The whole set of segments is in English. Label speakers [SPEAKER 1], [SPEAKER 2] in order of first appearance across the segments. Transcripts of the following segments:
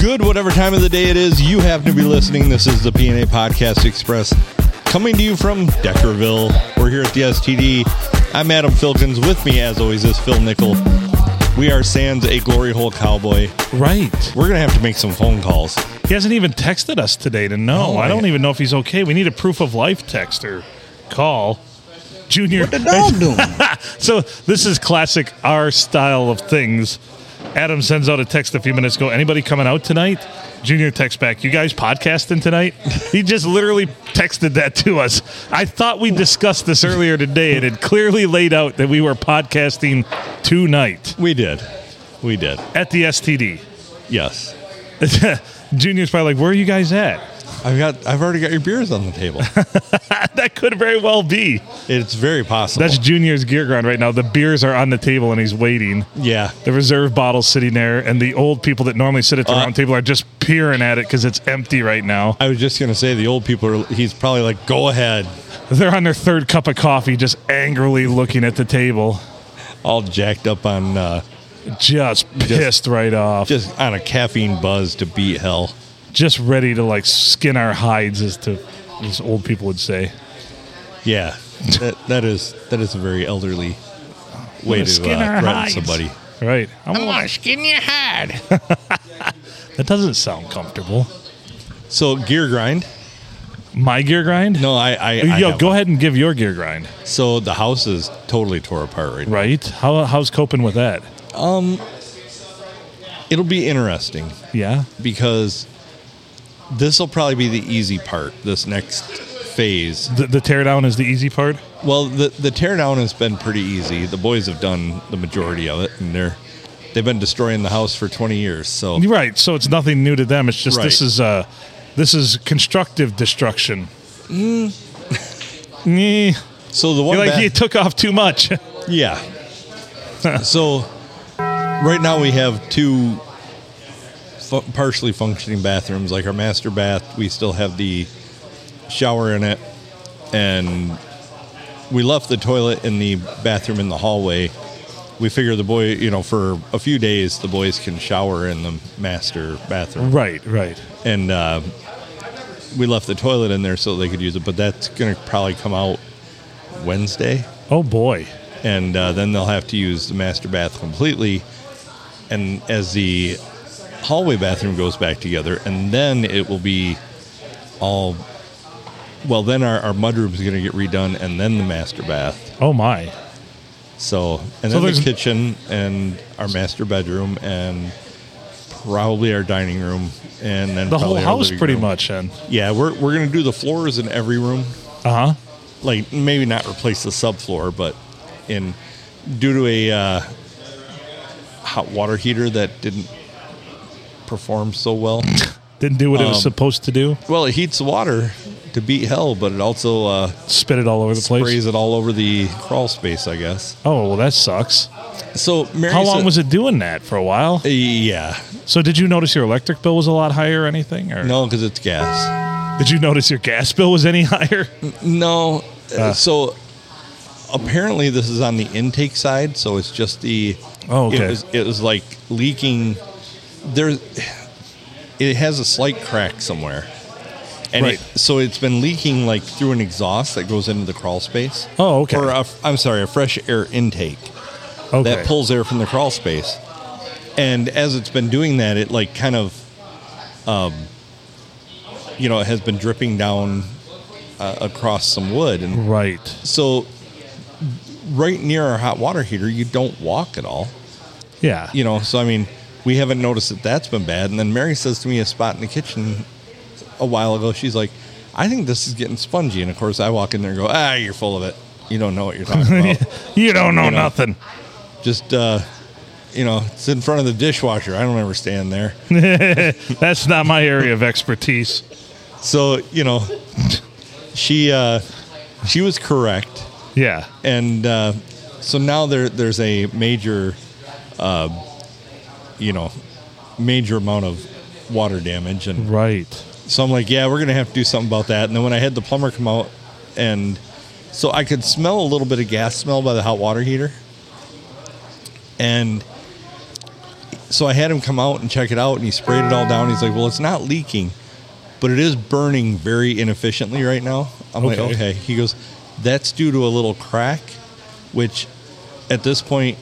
[SPEAKER 1] good, whatever time of the day it is you happen to be listening. This is the PNA Podcast Express coming to you from Deckerville. We're here at the STD. I'm Adam Filkins. With me, as always, is Phil Nickel. We are Sans, a glory hole cowboy.
[SPEAKER 2] Right.
[SPEAKER 1] We're going to have to make some phone calls.
[SPEAKER 2] He hasn't even texted us today to know.
[SPEAKER 1] No,
[SPEAKER 2] I don't
[SPEAKER 1] I-
[SPEAKER 2] even know if he's okay. We need a proof of life text or call. Junior.
[SPEAKER 3] The dog doing?
[SPEAKER 2] So this is classic our style of things. Adam sends out a text a few minutes ago. Anybody coming out tonight? Junior texts back, you guys podcasting tonight? He just literally texted that to us. I thought we discussed this earlier today and it clearly laid out that we were podcasting tonight
[SPEAKER 1] We did. We did.
[SPEAKER 2] at the STD.
[SPEAKER 1] Yes.
[SPEAKER 2] Junior's probably like, where are you guys at?
[SPEAKER 1] I've got. I've already got your beers on the table.
[SPEAKER 2] that could very well be.
[SPEAKER 1] It's very possible.
[SPEAKER 2] That's Junior's gear grind right now. The beers are on the table and he's waiting.
[SPEAKER 1] yeah.
[SPEAKER 2] The reserve bottle's sitting there, and the old people that normally sit at the
[SPEAKER 1] Uh,
[SPEAKER 2] round table are just peering at it because it's empty right now.
[SPEAKER 1] I was just gonna say the old people are. He's probably like, go ahead,
[SPEAKER 2] They're on their third cup of coffee, just angrily looking at the table,
[SPEAKER 1] all jacked up on, uh,
[SPEAKER 2] just pissed right off, just,
[SPEAKER 1] just on a caffeine buzz to beat hell.
[SPEAKER 2] ready to like skin our hides, as to as old people would say.
[SPEAKER 1] Yeah, that, that is that is a very elderly way to
[SPEAKER 2] skin
[SPEAKER 1] uh,
[SPEAKER 2] our
[SPEAKER 1] threaten
[SPEAKER 2] hides.
[SPEAKER 1] somebody.
[SPEAKER 2] Right? I'm
[SPEAKER 3] Come
[SPEAKER 2] like,
[SPEAKER 3] on, skin your head.
[SPEAKER 2] that doesn't sound comfortable.
[SPEAKER 1] So gear grind.
[SPEAKER 2] My gear grind?
[SPEAKER 1] No, I. I, I
[SPEAKER 2] Yo,
[SPEAKER 1] have
[SPEAKER 2] go
[SPEAKER 1] one.
[SPEAKER 2] ahead and give your gear grind.
[SPEAKER 1] So the house is totally tore apart right now.
[SPEAKER 2] Right? How, how's coping with that?
[SPEAKER 1] It'll be interesting
[SPEAKER 2] Yeah.
[SPEAKER 1] because this will probably be the easy part. This next phase.
[SPEAKER 2] The, the teardown is the easy part.
[SPEAKER 1] Well, the the teardown has been pretty easy. The boys have done the majority of it, and they're they've been destroying the house for twenty years. So
[SPEAKER 2] You're Right. So it's nothing new to them. It's just this
[SPEAKER 1] Right.
[SPEAKER 2] is uh this is constructive destruction. Mm. Nyeh.
[SPEAKER 1] so the one
[SPEAKER 2] You're like
[SPEAKER 1] bad-
[SPEAKER 2] you took off too much.
[SPEAKER 1] yeah. so right now we have two fu- partially functioning bathrooms. Like our master bath, we still have the shower in it, and we left the toilet in the bathroom in the hallway. We figure the boy, you know, for a few days, the boys can shower in the master bathroom.
[SPEAKER 2] right. Right.
[SPEAKER 1] and uh, we left the toilet in there so they could use it. But that's going to probably come out Wednesday,
[SPEAKER 2] Oh boy.
[SPEAKER 1] and uh, then they'll have to use the master bath completely. And as the hallway bathroom goes back together, and then it will be all. Well, then our, our mudroom is going to get redone, and then the master bath.
[SPEAKER 2] Oh my.
[SPEAKER 1] So, and
[SPEAKER 2] So
[SPEAKER 1] then the
[SPEAKER 2] there's-
[SPEAKER 1] kitchen, and our master bedroom, and probably our dining room, and then
[SPEAKER 2] The whole
[SPEAKER 1] probably our
[SPEAKER 2] house
[SPEAKER 1] living
[SPEAKER 2] pretty
[SPEAKER 1] room.
[SPEAKER 2] much and
[SPEAKER 1] Yeah, we're we're gonna do the floors in every room.
[SPEAKER 2] uh huh.
[SPEAKER 1] Like maybe not replace the subfloor, but in due to a uh, hot water heater that didn't perform so well.
[SPEAKER 2] Didn't do what it was
[SPEAKER 1] Um,
[SPEAKER 2] supposed to do.
[SPEAKER 1] well, it heats the water to beat hell, but it also uh,
[SPEAKER 2] Spit it all over the place.
[SPEAKER 1] sprays it all over the crawl space, I guess.
[SPEAKER 2] Oh well, that sucks.
[SPEAKER 1] So Mary
[SPEAKER 2] How long was it doing that for a while?
[SPEAKER 1] Yeah,
[SPEAKER 2] So did you notice your electric bill was a lot higher or anything? Or
[SPEAKER 1] no, because it's gas.
[SPEAKER 2] did you notice your gas bill was any higher?
[SPEAKER 1] No. uh,
[SPEAKER 2] Ah.
[SPEAKER 1] so apparently this is on the intake side, so it's just the
[SPEAKER 2] Oh, okay.
[SPEAKER 1] it was it was like leaking there it has a slight crack somewhere. And
[SPEAKER 2] Right.
[SPEAKER 1] it- so it's been leaking like through an exhaust that goes into the crawl space.
[SPEAKER 2] Oh, okay.
[SPEAKER 1] Or a, I'm sorry, a fresh air intake
[SPEAKER 2] Okay.
[SPEAKER 1] that pulls air from the crawl space. And as it's been doing that, it like kind of, um, you know, it has been dripping down uh, across some wood.
[SPEAKER 2] Mm-hmm.
[SPEAKER 1] And
[SPEAKER 2] Right.
[SPEAKER 1] so, right near our hot water heater, you don't walk at all.
[SPEAKER 2] Yeah.
[SPEAKER 1] You know, so I mean, we haven't noticed that that's been bad. And then Mary says to me a spot in the kitchen a while ago, she's like, I think this is getting spongy. And of course, I walk in there and go, ah, you're full of it. You don't know what you're talking about.
[SPEAKER 2] you don't know,
[SPEAKER 1] You know.
[SPEAKER 2] nothing.
[SPEAKER 1] just uh, you know, it's in front of the dishwasher. I don't ever stand there.
[SPEAKER 2] That's not my area of expertise.
[SPEAKER 1] So you know, she uh, she was correct,
[SPEAKER 2] Yeah.
[SPEAKER 1] and uh, so now there there's a major, uh, you know, major amount of water damage, and
[SPEAKER 2] Right.
[SPEAKER 1] so I'm like, yeah, we're gonna have to do something about that. And then when I had the plumber come out, and so I could smell a little bit of gas smell by the hot water heater, and so I had him come out and check it out, and he sprayed it all down. He's like, "Well, it's not leaking, but it is burning very inefficiently right now." I'm like,
[SPEAKER 2] Okay.
[SPEAKER 1] "Okay." He goes, "That's due to a little crack, which at this point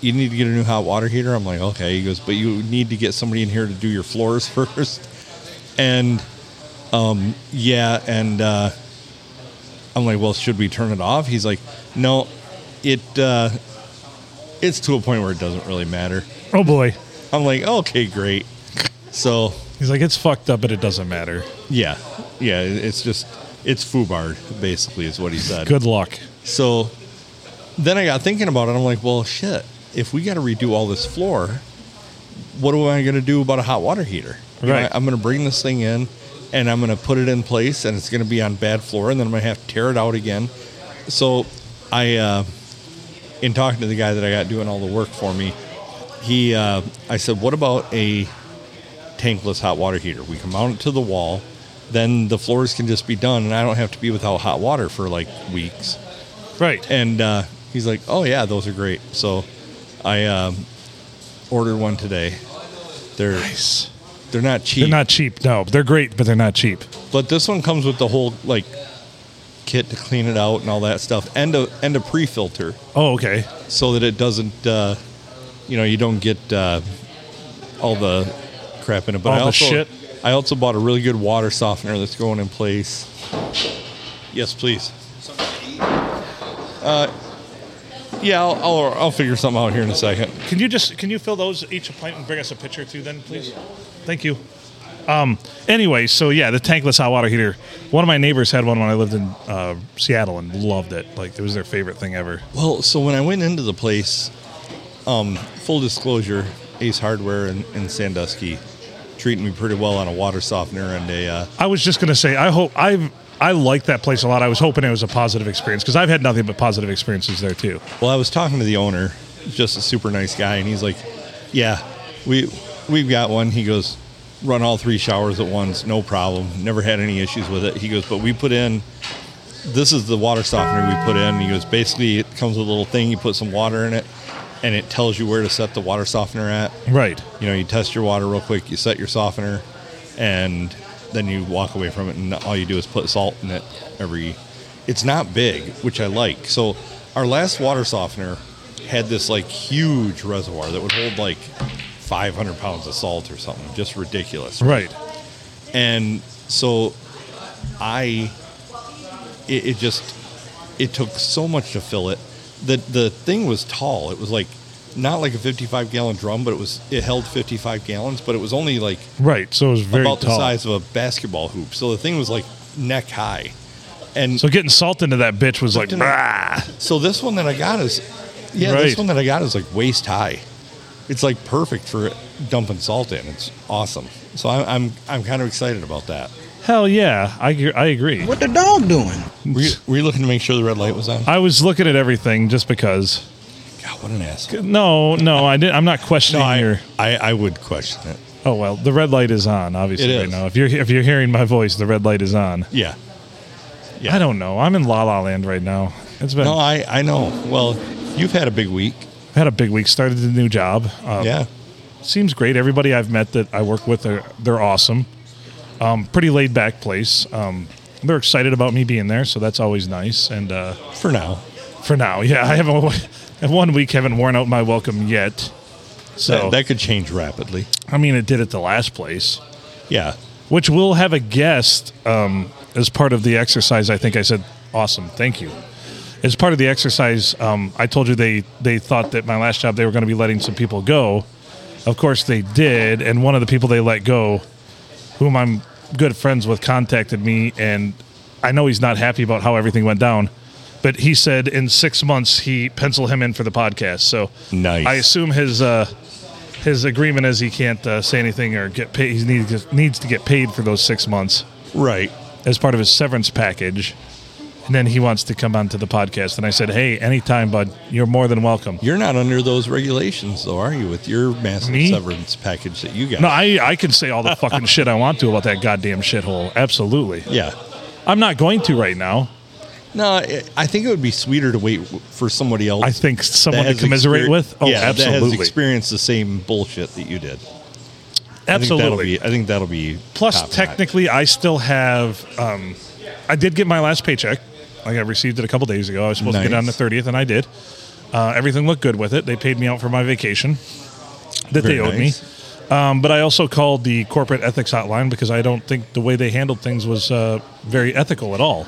[SPEAKER 1] you need to get a new hot water heater." I'm like, "Okay." He goes, "But you need to get somebody in here to do your floors first. and um, yeah, and uh, I'm like, "Well, should we turn it off?" He's like, "No, it." Uh, it's to a point where it doesn't really matter.
[SPEAKER 2] Oh boy.
[SPEAKER 1] I'm like, okay, great. So
[SPEAKER 2] He's like, it's fucked up, but it doesn't matter.
[SPEAKER 1] yeah, yeah, it- it's just it's foobarred basically is what he said.
[SPEAKER 2] Good luck.
[SPEAKER 1] So then I got thinking about it. I'm like, well, shit. If we got to redo all this floor, what am I going to do about a hot water heater? You know,
[SPEAKER 2] Right.
[SPEAKER 1] I, am going to bring this thing in and I'm going to put it in place and it's going to be on bad floor and then I'm going to have to tear it out again. So I, uh, in talking to the guy that I got doing all the work for me, he, uh, I said, what about a tankless hot water heater? We can mount it to the wall. Then the floors can just be done, and I don't have to be without hot water for like weeks.
[SPEAKER 2] Right.
[SPEAKER 1] And uh, he's like, "Oh yeah, those are great." So I um, ordered one today. They're
[SPEAKER 2] Nice.
[SPEAKER 1] they're not cheap,
[SPEAKER 2] They're not cheap. No, they're great, but they're not cheap.
[SPEAKER 1] but this one comes with the whole like kit to clean it out and all that stuff, and a and a pre filter
[SPEAKER 2] Oh, okay.
[SPEAKER 1] so that it doesn't, uh, you know, you don't get uh, all the crap in it. But
[SPEAKER 2] All
[SPEAKER 1] I
[SPEAKER 2] the
[SPEAKER 1] also,
[SPEAKER 2] shit?
[SPEAKER 1] I also bought a really good water softener that's going in place. Yes, please. Uh, yeah, I'll, I'll I'll figure something out here in a second.
[SPEAKER 2] Can you just can you fill those each a pint and bring us a pitcher too, then, please? Thank you. Um. Anyway, so yeah, the tankless hot water heater. One of my neighbors had one when I lived in uh, Seattle and loved it. Like it was their favorite thing ever.
[SPEAKER 1] Well, so when I went into the place, um, full disclosure, Ace Hardware in, in Sandusky treating me pretty well on a water softener and a uh,
[SPEAKER 2] I was just gonna say, I hope I've I like that place a lot. I was hoping it was a positive experience because I've had nothing but positive experiences there too.
[SPEAKER 1] Well, I was talking to the owner, just a super nice guy, and he's like, "Yeah, we we've got one." He goes, "Run all three showers at once, no problem. Never had any issues with it." He goes, "But we put in this is the water softener we put in." He goes, "Basically, it comes with a little thing. You put some water in it, and it tells you where to set the water softener at.
[SPEAKER 2] Right.
[SPEAKER 1] You know, you test your water real quick, you set your softener, and then you walk away from it, and all you do is put salt in it every. It's not big, which I like. So our last water softener had this like huge reservoir that would hold like 500 pounds of salt or something, just ridiculous.
[SPEAKER 2] Right.
[SPEAKER 1] And so I, it, it just, it took so much to fill it. The the thing was tall. It was like not like a 55 gallon drum, but it was it held 55 gallons, but it was only like
[SPEAKER 2] Right. So it was very
[SPEAKER 1] about
[SPEAKER 2] tall.
[SPEAKER 1] the size of a basketball hoop. So the thing was like neck high. And
[SPEAKER 2] So getting salt into that bitch was like,
[SPEAKER 1] Something-
[SPEAKER 2] "Bah."
[SPEAKER 1] so this one that I got is yeah,
[SPEAKER 2] Right.
[SPEAKER 1] this one that I got is like waist high. It's like perfect for dumping salt in. It's awesome. So I'm I'm, I'm kind of excited about that.
[SPEAKER 2] hell yeah, I gr- I agree.
[SPEAKER 3] What the dog doing?
[SPEAKER 1] Were you, were you looking to make sure the red light was on?
[SPEAKER 2] I was looking at everything just because.
[SPEAKER 1] God, what an ass.
[SPEAKER 2] No, no, I didn't. I'm not
[SPEAKER 1] No,
[SPEAKER 2] questioning
[SPEAKER 1] I,
[SPEAKER 2] your.
[SPEAKER 1] I, I would question it.
[SPEAKER 2] Oh well, the red light is on. Obviously,
[SPEAKER 1] It
[SPEAKER 2] right
[SPEAKER 1] is.
[SPEAKER 2] now, if you're if you're hearing my voice, the red light is on.
[SPEAKER 1] Yeah. Yeah.
[SPEAKER 2] I don't know. I'm in La La Land right now. It's been
[SPEAKER 1] No, I, I know. Well, you've had a big week.
[SPEAKER 2] I've had a big week. Started the new job. Uh,
[SPEAKER 1] yeah.
[SPEAKER 2] seems great. Everybody I've met that I work with, are, they're awesome. Um, pretty laid back place. Um, they're excited about me being there, so that's always nice. And uh,
[SPEAKER 1] For now.
[SPEAKER 2] for now, yeah, I haven't in one week haven't worn out my welcome yet. So
[SPEAKER 1] That, that could change rapidly.
[SPEAKER 2] I mean, it did at the last place.
[SPEAKER 1] Yeah.
[SPEAKER 2] which will have a guest um, as part of the exercise. I think I said, "Awesome, thank you." As part of the exercise, um, I told you they they thought that my last job they were going to be letting some people go. Of course, they did, and one of the people they let go, whom I'm good friends with, contacted me, and I know he's not happy about how everything went down. But he said in six months he pencil him in for the podcast. So
[SPEAKER 1] Nice.
[SPEAKER 2] I assume his uh, his agreement is he can't uh, say anything or get paid. He needs needs to get paid for those six months
[SPEAKER 1] Right.
[SPEAKER 2] as part of his severance package. And then he wants to come onto the podcast. And I said, "Hey, anytime, bud. You're more than welcome."
[SPEAKER 1] You're not under those regulations, though, are you, with your massive
[SPEAKER 2] Me?
[SPEAKER 1] severance package that you got?
[SPEAKER 2] No, I I can say all the fucking shit I want to about that goddamn shithole. Absolutely,
[SPEAKER 1] yeah.
[SPEAKER 2] I'm not going to right now.
[SPEAKER 1] No, I- I think it would be sweeter to wait w- for somebody else.
[SPEAKER 2] I think someone
[SPEAKER 1] that
[SPEAKER 2] to
[SPEAKER 1] has
[SPEAKER 2] commiserate
[SPEAKER 1] exper-
[SPEAKER 2] with. Oh,
[SPEAKER 1] yeah, That has
[SPEAKER 2] absolutely,
[SPEAKER 1] experienced the same bullshit that you did.
[SPEAKER 2] absolutely.
[SPEAKER 1] I think that'll be. I think that'll be
[SPEAKER 2] Plus,
[SPEAKER 1] top notch.
[SPEAKER 2] technically, I still have. Um, I did get my last paycheck. Like I received it a couple days ago. I was supposed to get it on the
[SPEAKER 1] Nice.
[SPEAKER 2] thirtieth, and I did. Uh, everything looked good with it. They paid me out for my vacation that
[SPEAKER 1] Very
[SPEAKER 2] they owed
[SPEAKER 1] nice.
[SPEAKER 2] me. Um, but I also called the corporate ethics hotline because I don't think the way they handled things was uh, very ethical at all.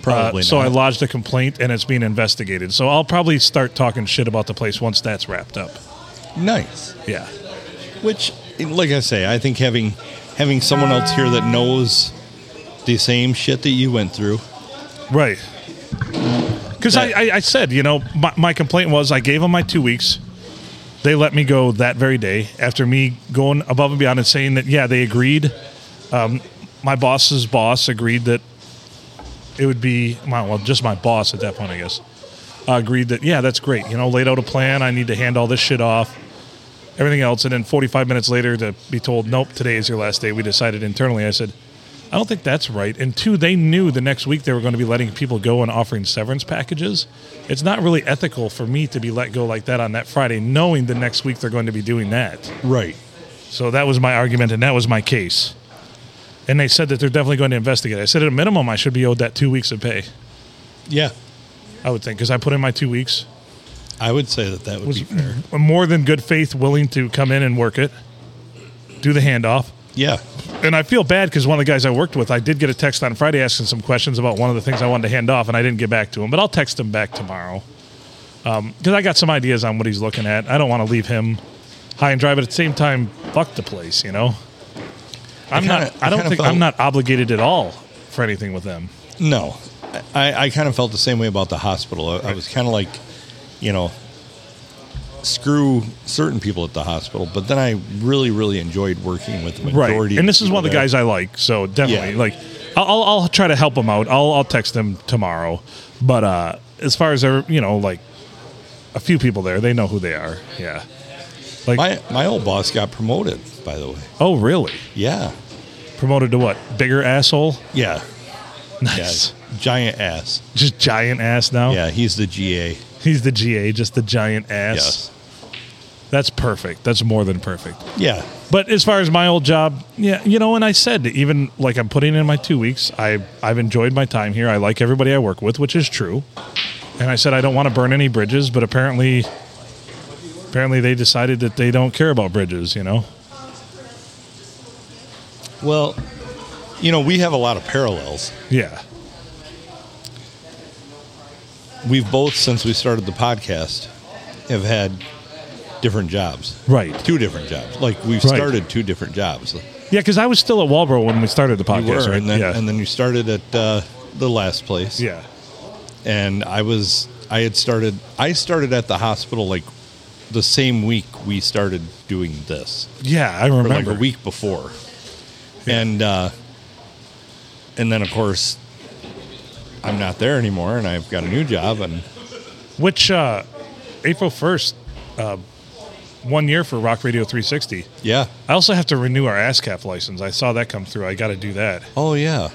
[SPEAKER 1] Probably
[SPEAKER 2] Uh, so
[SPEAKER 1] not.
[SPEAKER 2] I lodged a complaint and it's being investigated. So I'll probably start talking shit about the place once that's wrapped up.
[SPEAKER 1] nice.
[SPEAKER 2] Yeah.
[SPEAKER 1] Which, like I say, I think having having someone else here that knows the same shit that you went through.
[SPEAKER 2] Right. Because I, I, I said, you know, my, my complaint was I gave them my two weeks. They let me go that very day after me going above and beyond and saying that, yeah, they agreed. Um, my boss's boss agreed that it would be, my, well, just my boss at that point, I guess, uh, agreed that, yeah, that's great. You know, laid out a plan. I need to hand all this shit off, everything else. And then 45 minutes later to be told, nope, today is your last day. We decided internally. I said, I don't think that's right. And two, they knew the next week they were going to be letting people go and offering severance packages. It's not really ethical for me to be let go like that on that Friday, knowing the next week they're going to be doing that.
[SPEAKER 1] Right.
[SPEAKER 2] So that was my argument, and that was my case. And they said that they're definitely going to investigate. I said, at a minimum, I should be owed that two weeks of pay.
[SPEAKER 1] Yeah.
[SPEAKER 2] I would think because I put in my two weeks.
[SPEAKER 1] I would say that that would
[SPEAKER 2] Was
[SPEAKER 1] be fair.
[SPEAKER 2] more than good faith, willing to come in and work it, do the handoff.
[SPEAKER 1] Yeah.
[SPEAKER 2] and I feel bad because one of the guys I worked with, I did get a text on Friday asking some questions about one of the things I wanted to hand off, and I didn't get back to him. But I'll text him back tomorrow because I got some ideas on what he's looking at. I don't want to leave him high and dry, but at the same time, fuck the place, you know. I'm
[SPEAKER 1] kinda-
[SPEAKER 2] not.
[SPEAKER 1] I
[SPEAKER 2] I don't
[SPEAKER 1] kinda
[SPEAKER 2] think
[SPEAKER 1] felt-
[SPEAKER 2] I'm not obligated at all for anything with them.
[SPEAKER 1] No, I, I kind of felt the same way about the hospital. I, I was kind of like, you know, screw certain people at the hospital, but then I really, really enjoyed working with the majority.
[SPEAKER 2] right. And this is one of the
[SPEAKER 1] people
[SPEAKER 2] guys I like, so definitely
[SPEAKER 1] Yeah.
[SPEAKER 2] like I'll, I'll I'll try to help him out. I'll I'll text him tomorrow. But uh as far as ever, you know, like a few people there, they know who they are. Yeah. Like
[SPEAKER 1] there. My my old boss got promoted, by the way.
[SPEAKER 2] oh really?
[SPEAKER 1] Yeah,
[SPEAKER 2] Promoted to what? Bigger asshole?
[SPEAKER 1] yeah, yeah.
[SPEAKER 2] Nice.
[SPEAKER 1] Giant ass.
[SPEAKER 2] Just giant ass now.
[SPEAKER 1] Yeah, he's the GA.
[SPEAKER 2] He's the GA, just the giant ass.
[SPEAKER 1] Yes.
[SPEAKER 2] That's perfect. That's more than perfect.
[SPEAKER 1] Yeah.
[SPEAKER 2] But as far as my old job, yeah, you know, and I said even like I'm putting in my two weeks. I I've enjoyed my time here. I like everybody I work with, which is true. And I said I don't want to burn any bridges, but apparently, apparently they decided that they don't care about bridges. You know,
[SPEAKER 1] Well, you know, we have a lot of parallels.
[SPEAKER 2] yeah,
[SPEAKER 1] We've both, since we started the podcast, have had different jobs.
[SPEAKER 2] right,
[SPEAKER 1] two different jobs. Like we've
[SPEAKER 2] Right.
[SPEAKER 1] started two different jobs. You
[SPEAKER 2] yeah. Because I was still at Walbro when we started the podcast,
[SPEAKER 1] were,
[SPEAKER 2] right?
[SPEAKER 1] and then
[SPEAKER 2] yeah,
[SPEAKER 1] and then you started at uh, the last place.
[SPEAKER 2] yeah,
[SPEAKER 1] and I was I had started I started at the hospital like the same week we started doing this,
[SPEAKER 2] yeah. I
[SPEAKER 1] or
[SPEAKER 2] remember.
[SPEAKER 1] like a week before, and uh, and then of course I'm not there anymore, and I've got a new job, and
[SPEAKER 2] Which uh, April first, uh, one year for Rock Radio 360.
[SPEAKER 1] yeah,
[SPEAKER 2] I also have to renew our ASCAP license. I saw that come through. I got to do that.
[SPEAKER 1] oh yeah,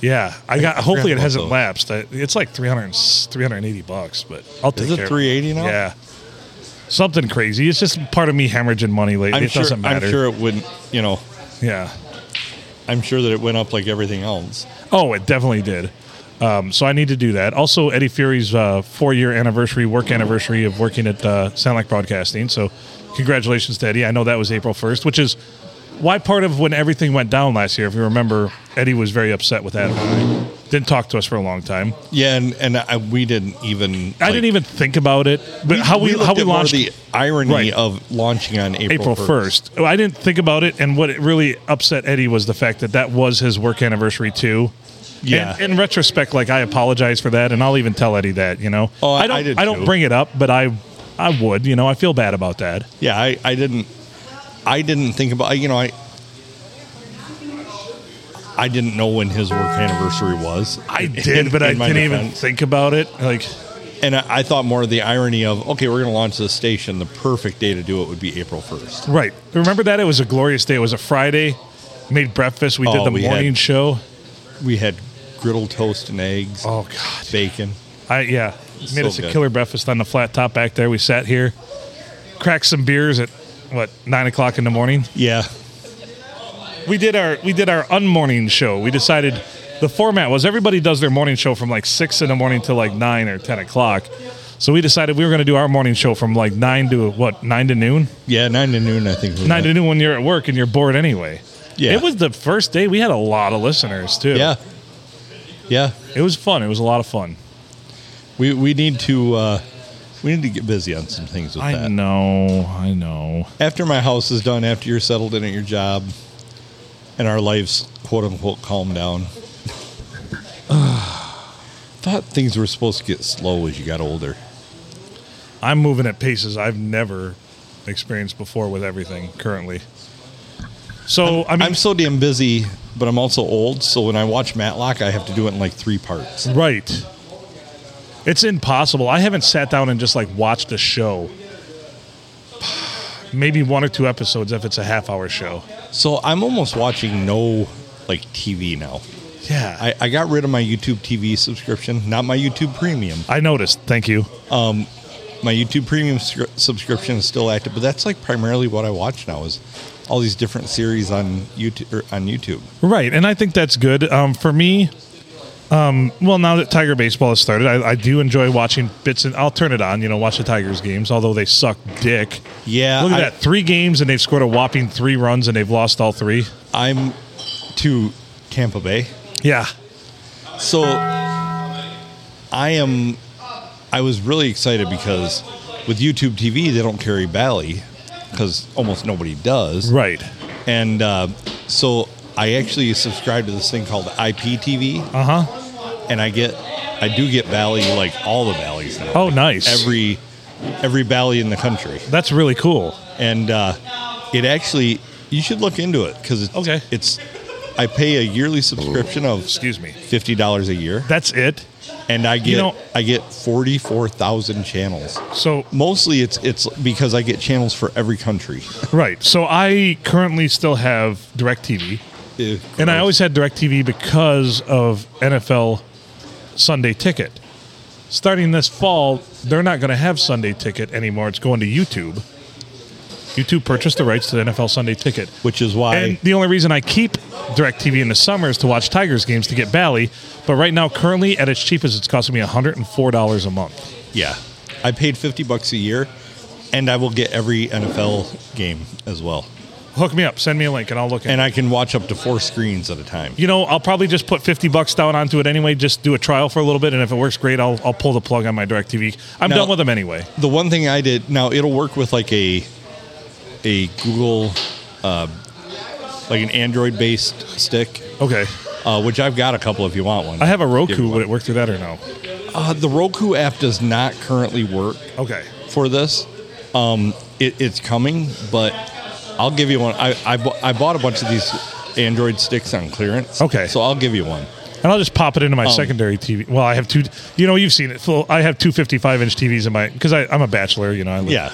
[SPEAKER 2] Yeah, I got. Hopefully, it
[SPEAKER 1] about
[SPEAKER 2] hasn't
[SPEAKER 1] those.
[SPEAKER 2] lapsed. I, it's like 300, and s- 380 bucks, but I'll take
[SPEAKER 1] it
[SPEAKER 2] care of
[SPEAKER 1] 380 now?
[SPEAKER 2] Yeah, something crazy. It's just part of me hemorrhaging money lately.
[SPEAKER 1] I'm
[SPEAKER 2] it
[SPEAKER 1] sure
[SPEAKER 2] doesn't matter.
[SPEAKER 1] I'm sure it wouldn't, you know,
[SPEAKER 2] Yeah.
[SPEAKER 1] I'm sure that it went up like everything else.
[SPEAKER 2] Oh, it definitely did. Um, so I need to do that. Also, Eddie Fury's uh, four-year anniversary, work anniversary of working at uh, Sound Like Broadcasting. So, congratulations to Eddie. I know that was April first, which is why part of when everything went down last year. If you remember, Eddie was very upset with that. Didn't talk to us for a long time.
[SPEAKER 1] Yeah, and and I, we didn't even.
[SPEAKER 2] I didn't even think about it, but how we, how
[SPEAKER 1] looked
[SPEAKER 2] we
[SPEAKER 1] at more
[SPEAKER 2] launched
[SPEAKER 1] the irony
[SPEAKER 2] Right.
[SPEAKER 1] of launching on April
[SPEAKER 2] April first. I didn't think about it, and what it really upset Eddie was the fact that that was his work anniversary too.
[SPEAKER 1] Yeah.
[SPEAKER 2] And in retrospect, like I apologize for that, and I'll even tell Eddie that. You know,
[SPEAKER 1] Oh, I-
[SPEAKER 2] I don't.
[SPEAKER 1] I did,
[SPEAKER 2] don't
[SPEAKER 1] too.
[SPEAKER 2] bring it up, but I, I would. You know, I feel bad about that.
[SPEAKER 1] Yeah, I, I didn't. I didn't think about you know I. I didn't know when his work anniversary was.
[SPEAKER 2] I
[SPEAKER 1] In-
[SPEAKER 2] did, but I
[SPEAKER 1] in my
[SPEAKER 2] didn't even
[SPEAKER 1] defense.
[SPEAKER 2] think about it. Like,
[SPEAKER 1] And I, I thought more of the irony of okay, we're going to launch this station. The perfect day to do it would be April first.
[SPEAKER 2] right? Remember that it was a glorious day. It was a Friday. Made breakfast. We
[SPEAKER 1] Oh,
[SPEAKER 2] did the
[SPEAKER 1] we had-
[SPEAKER 2] morning show.
[SPEAKER 1] We had griddle toast and eggs,
[SPEAKER 2] Oh God.
[SPEAKER 1] bacon.
[SPEAKER 2] I yeah. Made
[SPEAKER 1] so
[SPEAKER 2] us a
[SPEAKER 1] good.
[SPEAKER 2] killer breakfast on the flat top back there. We sat here, cracked some beers at what nine o'clock in the morning.
[SPEAKER 1] Yeah,
[SPEAKER 2] we did our we did our unmorning show. We decided the format was everybody does their morning show from like six in the morning to like nine or ten o'clock. So we decided we were going to do our morning show from like nine to what nine to noon,
[SPEAKER 1] yeah, nine to noon. I think was
[SPEAKER 2] nine
[SPEAKER 1] it.
[SPEAKER 2] to noon when you're at work and you're bored anyway.
[SPEAKER 1] Yeah.
[SPEAKER 2] it was the first day. We had a lot of listeners too.
[SPEAKER 1] Yeah, yeah.
[SPEAKER 2] it was fun. It was a lot of fun.
[SPEAKER 1] We we need to uh, we need to get busy on some things with
[SPEAKER 2] I
[SPEAKER 1] that.
[SPEAKER 2] know, I know.
[SPEAKER 1] After my house is done, after you're settled in at your job, and our lives quote unquote calm down. Thought things were supposed to get slow as you got older.
[SPEAKER 2] I'm moving at paces I've never experienced before with everything currently. So I mean,
[SPEAKER 1] I'm so damn busy, but I'm also old. So when I watch Matlock, I have to do it in like three parts.
[SPEAKER 2] Right. It's impossible. I haven't sat down and just like watched a show. Maybe one or two episodes if it's a half hour show.
[SPEAKER 1] So I'm almost watching no like TV now.
[SPEAKER 2] Yeah. I,
[SPEAKER 1] I, I got rid of my YouTube TV subscription, not my YouTube Premium.
[SPEAKER 2] I noticed. Thank you.
[SPEAKER 1] my YouTube Premium scr- subscription is still active, but that's like primarily what I watch now is all these different series on YouTube. Or on YouTube,
[SPEAKER 2] Right. And I think that's good. Um, for me, um, well, now that Tiger Baseball has started, I, I do enjoy watching bits and I'll turn it on, you know, watch the Tigers games, although they suck dick.
[SPEAKER 1] yeah,
[SPEAKER 2] Look at
[SPEAKER 1] I,
[SPEAKER 2] that. Three games and they've scored a whopping three runs and they've lost all three.
[SPEAKER 1] I'm to Tampa Bay,
[SPEAKER 2] Yeah.
[SPEAKER 1] so I am. I was really excited because with YouTube TV they don't carry Bally because almost nobody does,
[SPEAKER 2] Right.
[SPEAKER 1] and uh, so I actually subscribe to this thing called IPTV.
[SPEAKER 2] Uh huh.
[SPEAKER 1] and I get I do get Bally like all the valleys now.
[SPEAKER 2] Oh, nice.
[SPEAKER 1] Every every valley in the country,
[SPEAKER 2] That's really cool.
[SPEAKER 1] and uh, it actually you should look into it because it's,
[SPEAKER 2] Okay.
[SPEAKER 1] it's I pay a yearly subscription of
[SPEAKER 2] Excuse me.
[SPEAKER 1] fifty dollars a year,
[SPEAKER 2] That's it.
[SPEAKER 1] and I get
[SPEAKER 2] know-
[SPEAKER 1] I get forty four thousand channels.
[SPEAKER 2] So
[SPEAKER 1] Mostly it's it's because I get channels for every country,
[SPEAKER 2] right. So I currently still have DirecTV,
[SPEAKER 1] Ew,
[SPEAKER 2] and I
[SPEAKER 1] gross.
[SPEAKER 2] always had DirecTV because of NFL Sunday Ticket. Starting this fall, they're not going to have Sunday Ticket anymore. It's going to YouTube. YouTube purchased the rights to the NFL Sunday Ticket.
[SPEAKER 1] which is why
[SPEAKER 2] And the only reason I keep DirecTV in the summer is to watch Tigers games to get Bally. But right now, currently at its cheapest, it's costing me $104 a month.
[SPEAKER 1] yeah I paid fifty bucks a year, and I will get every NFL game as well.
[SPEAKER 2] Hook me up, send me a link, and I'll look at it.
[SPEAKER 1] and I can watch up to four screens at a time.
[SPEAKER 2] you know, I'll probably just put 50 bucks down onto it anyway, just do a trial for a little bit. And if it works great, I'll, I'll pull the plug on my DirecTV. I'm
[SPEAKER 1] Now-
[SPEAKER 2] done with them anyway.
[SPEAKER 1] The one thing I did now it'll work with like a a Google uh, like an Android based stick,
[SPEAKER 2] Okay.
[SPEAKER 1] uh, which I've got a couple if you want one.
[SPEAKER 2] I have a
[SPEAKER 1] Give me
[SPEAKER 2] Roku.
[SPEAKER 1] one.
[SPEAKER 2] Would it work through that or no?
[SPEAKER 1] Uh, the Roku app does not currently work
[SPEAKER 2] Okay.
[SPEAKER 1] for this. Um, it, it's coming, but I'll give you one. I, I, bu- I bought a bunch of these Android sticks on clearance.
[SPEAKER 2] Okay.
[SPEAKER 1] so I'll give you one.
[SPEAKER 2] And I'll just pop it into my
[SPEAKER 1] Um,
[SPEAKER 2] secondary TV. Well, I have two, you know, you've seen it. So I have two 55 inch TVs in my, because I'm a bachelor, you know, I live,
[SPEAKER 1] Yeah.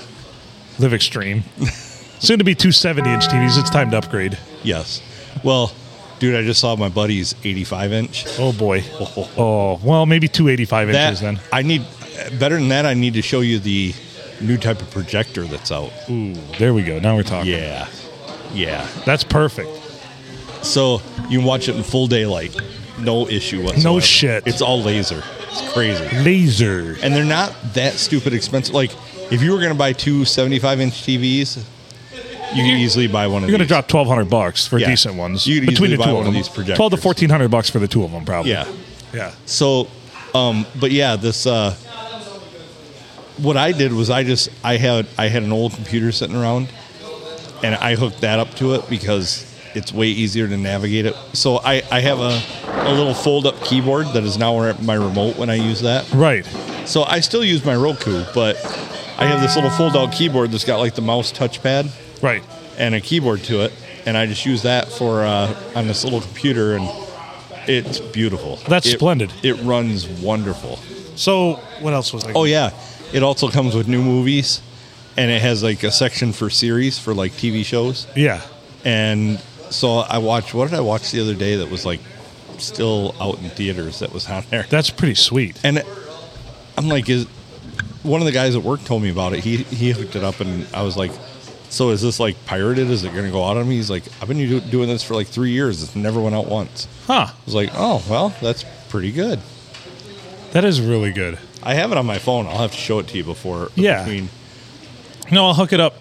[SPEAKER 2] live extreme. Soon to be two 70 inch TVs. It's time to upgrade.
[SPEAKER 1] Yes. Well, dude, I just saw my buddy's 85 inch.
[SPEAKER 2] Oh, boy. Oh, well, maybe two 85 inches then.
[SPEAKER 1] I need better than that. I need to show you the new type of projector that's out.
[SPEAKER 2] Ooh, there we go. Now we're talking.
[SPEAKER 1] Yeah, yeah.
[SPEAKER 2] That's perfect.
[SPEAKER 1] So you can watch it in full daylight, no issue whatsoever.
[SPEAKER 2] No shit.
[SPEAKER 1] It's all laser. It's crazy,
[SPEAKER 2] Laser.
[SPEAKER 1] and they're not that stupid expensive. Like if you were going to buy two 75-inch TVs, you could easily buy one of
[SPEAKER 2] You're
[SPEAKER 1] these.
[SPEAKER 2] gonna drop twelve hundred bucks for
[SPEAKER 1] Yeah.
[SPEAKER 2] decent ones
[SPEAKER 1] You could
[SPEAKER 2] between
[SPEAKER 1] easily
[SPEAKER 2] the two
[SPEAKER 1] buy
[SPEAKER 2] of
[SPEAKER 1] one of
[SPEAKER 2] them.
[SPEAKER 1] these projectors.
[SPEAKER 2] Twelve to fourteen hundred bucks for the two of them, probably.
[SPEAKER 1] Yeah.
[SPEAKER 2] yeah.
[SPEAKER 1] So, um, but yeah, this. Uh, what I did was I just I had I had an old computer sitting around, and I hooked that up to it because it's way easier to navigate it. So I I have a, a little fold up keyboard that is now where my remote when I use that.
[SPEAKER 2] Right.
[SPEAKER 1] So I still use my Roku, but I have this little fold out keyboard that's got like the mouse touchpad
[SPEAKER 2] Right.
[SPEAKER 1] and a keyboard to it, and I just use that for uh, on this little computer, and it's beautiful.
[SPEAKER 2] That's
[SPEAKER 1] It-
[SPEAKER 2] splendid.
[SPEAKER 1] It runs wonderful.
[SPEAKER 2] So what else was I?
[SPEAKER 1] Oh yeah, it also comes with new movies, and it has like a section for series for like TV shows,
[SPEAKER 2] yeah.
[SPEAKER 1] and so I watched. What did I watch the other day that was like still out in theaters that was on there.
[SPEAKER 2] That's pretty sweet.
[SPEAKER 1] And it- I'm like, is one of the guys at work told me about it. He he hooked it up, and I was like, so is this like pirated? Is it going to go out on me? He's like, I've been do- doing this for like three years. It's never went out once.
[SPEAKER 2] Huh.
[SPEAKER 1] I was like, oh well, that's pretty good.
[SPEAKER 2] That is really good.
[SPEAKER 1] I have it on my phone. I'll have to show it to you before.
[SPEAKER 2] Yeah.
[SPEAKER 1] Between,
[SPEAKER 2] No, I'll hook it up.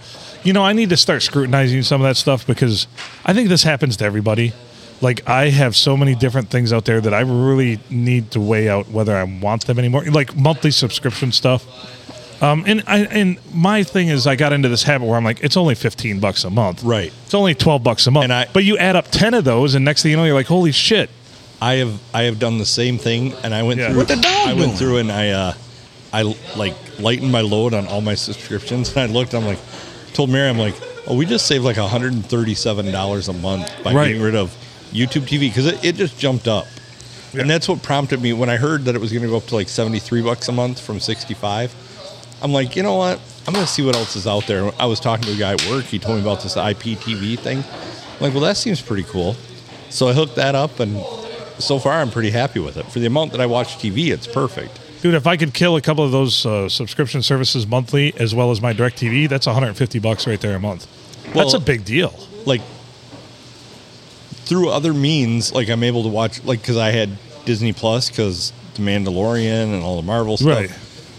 [SPEAKER 2] You know, I need to start scrutinizing some of that stuff because I think this happens to everybody. Like I have so many different things out there that I really need to weigh out whether I want them anymore. Like monthly subscription stuff. Um, and I and my thing is I got into this habit where I'm like, it's only fifteen bucks a month.
[SPEAKER 1] Right.
[SPEAKER 2] It's only twelve bucks a month.
[SPEAKER 1] And I-
[SPEAKER 2] but you add up ten of those and next thing you know you're like, holy shit.
[SPEAKER 1] I have I have done the same thing, and I went
[SPEAKER 2] Yeah.
[SPEAKER 1] through.
[SPEAKER 2] What the
[SPEAKER 1] dog I went through and I uh, I like lightened my load on all my subscriptions, and I looked. I'm like, told Mary, I'm like, oh, we just saved like 137 dollars a month by
[SPEAKER 2] Right.
[SPEAKER 1] getting rid of YouTube TV because it, it just jumped up,
[SPEAKER 2] Yeah.
[SPEAKER 1] and that's what prompted me when I heard that it was going to go up to like 73 bucks a month from 65. I'm like, you know what? I'm going to see what else is out there. I was talking to a guy at work. He told me about this IPTV thing. I'm like, well, that seems pretty cool. So I hooked that up, and so far I'm pretty happy with it. For the amount that I watch TV, it's perfect.
[SPEAKER 2] Dude, if I could kill a couple of those uh, subscription services monthly, as well as my DirecTV, that's 150 bucks right there a month. that's
[SPEAKER 1] Well-
[SPEAKER 2] a big deal.
[SPEAKER 1] Like through other means, like I'm able to watch, like because I had Disney Plus, because The Mandalorian and all the Marvel stuff.
[SPEAKER 2] Right.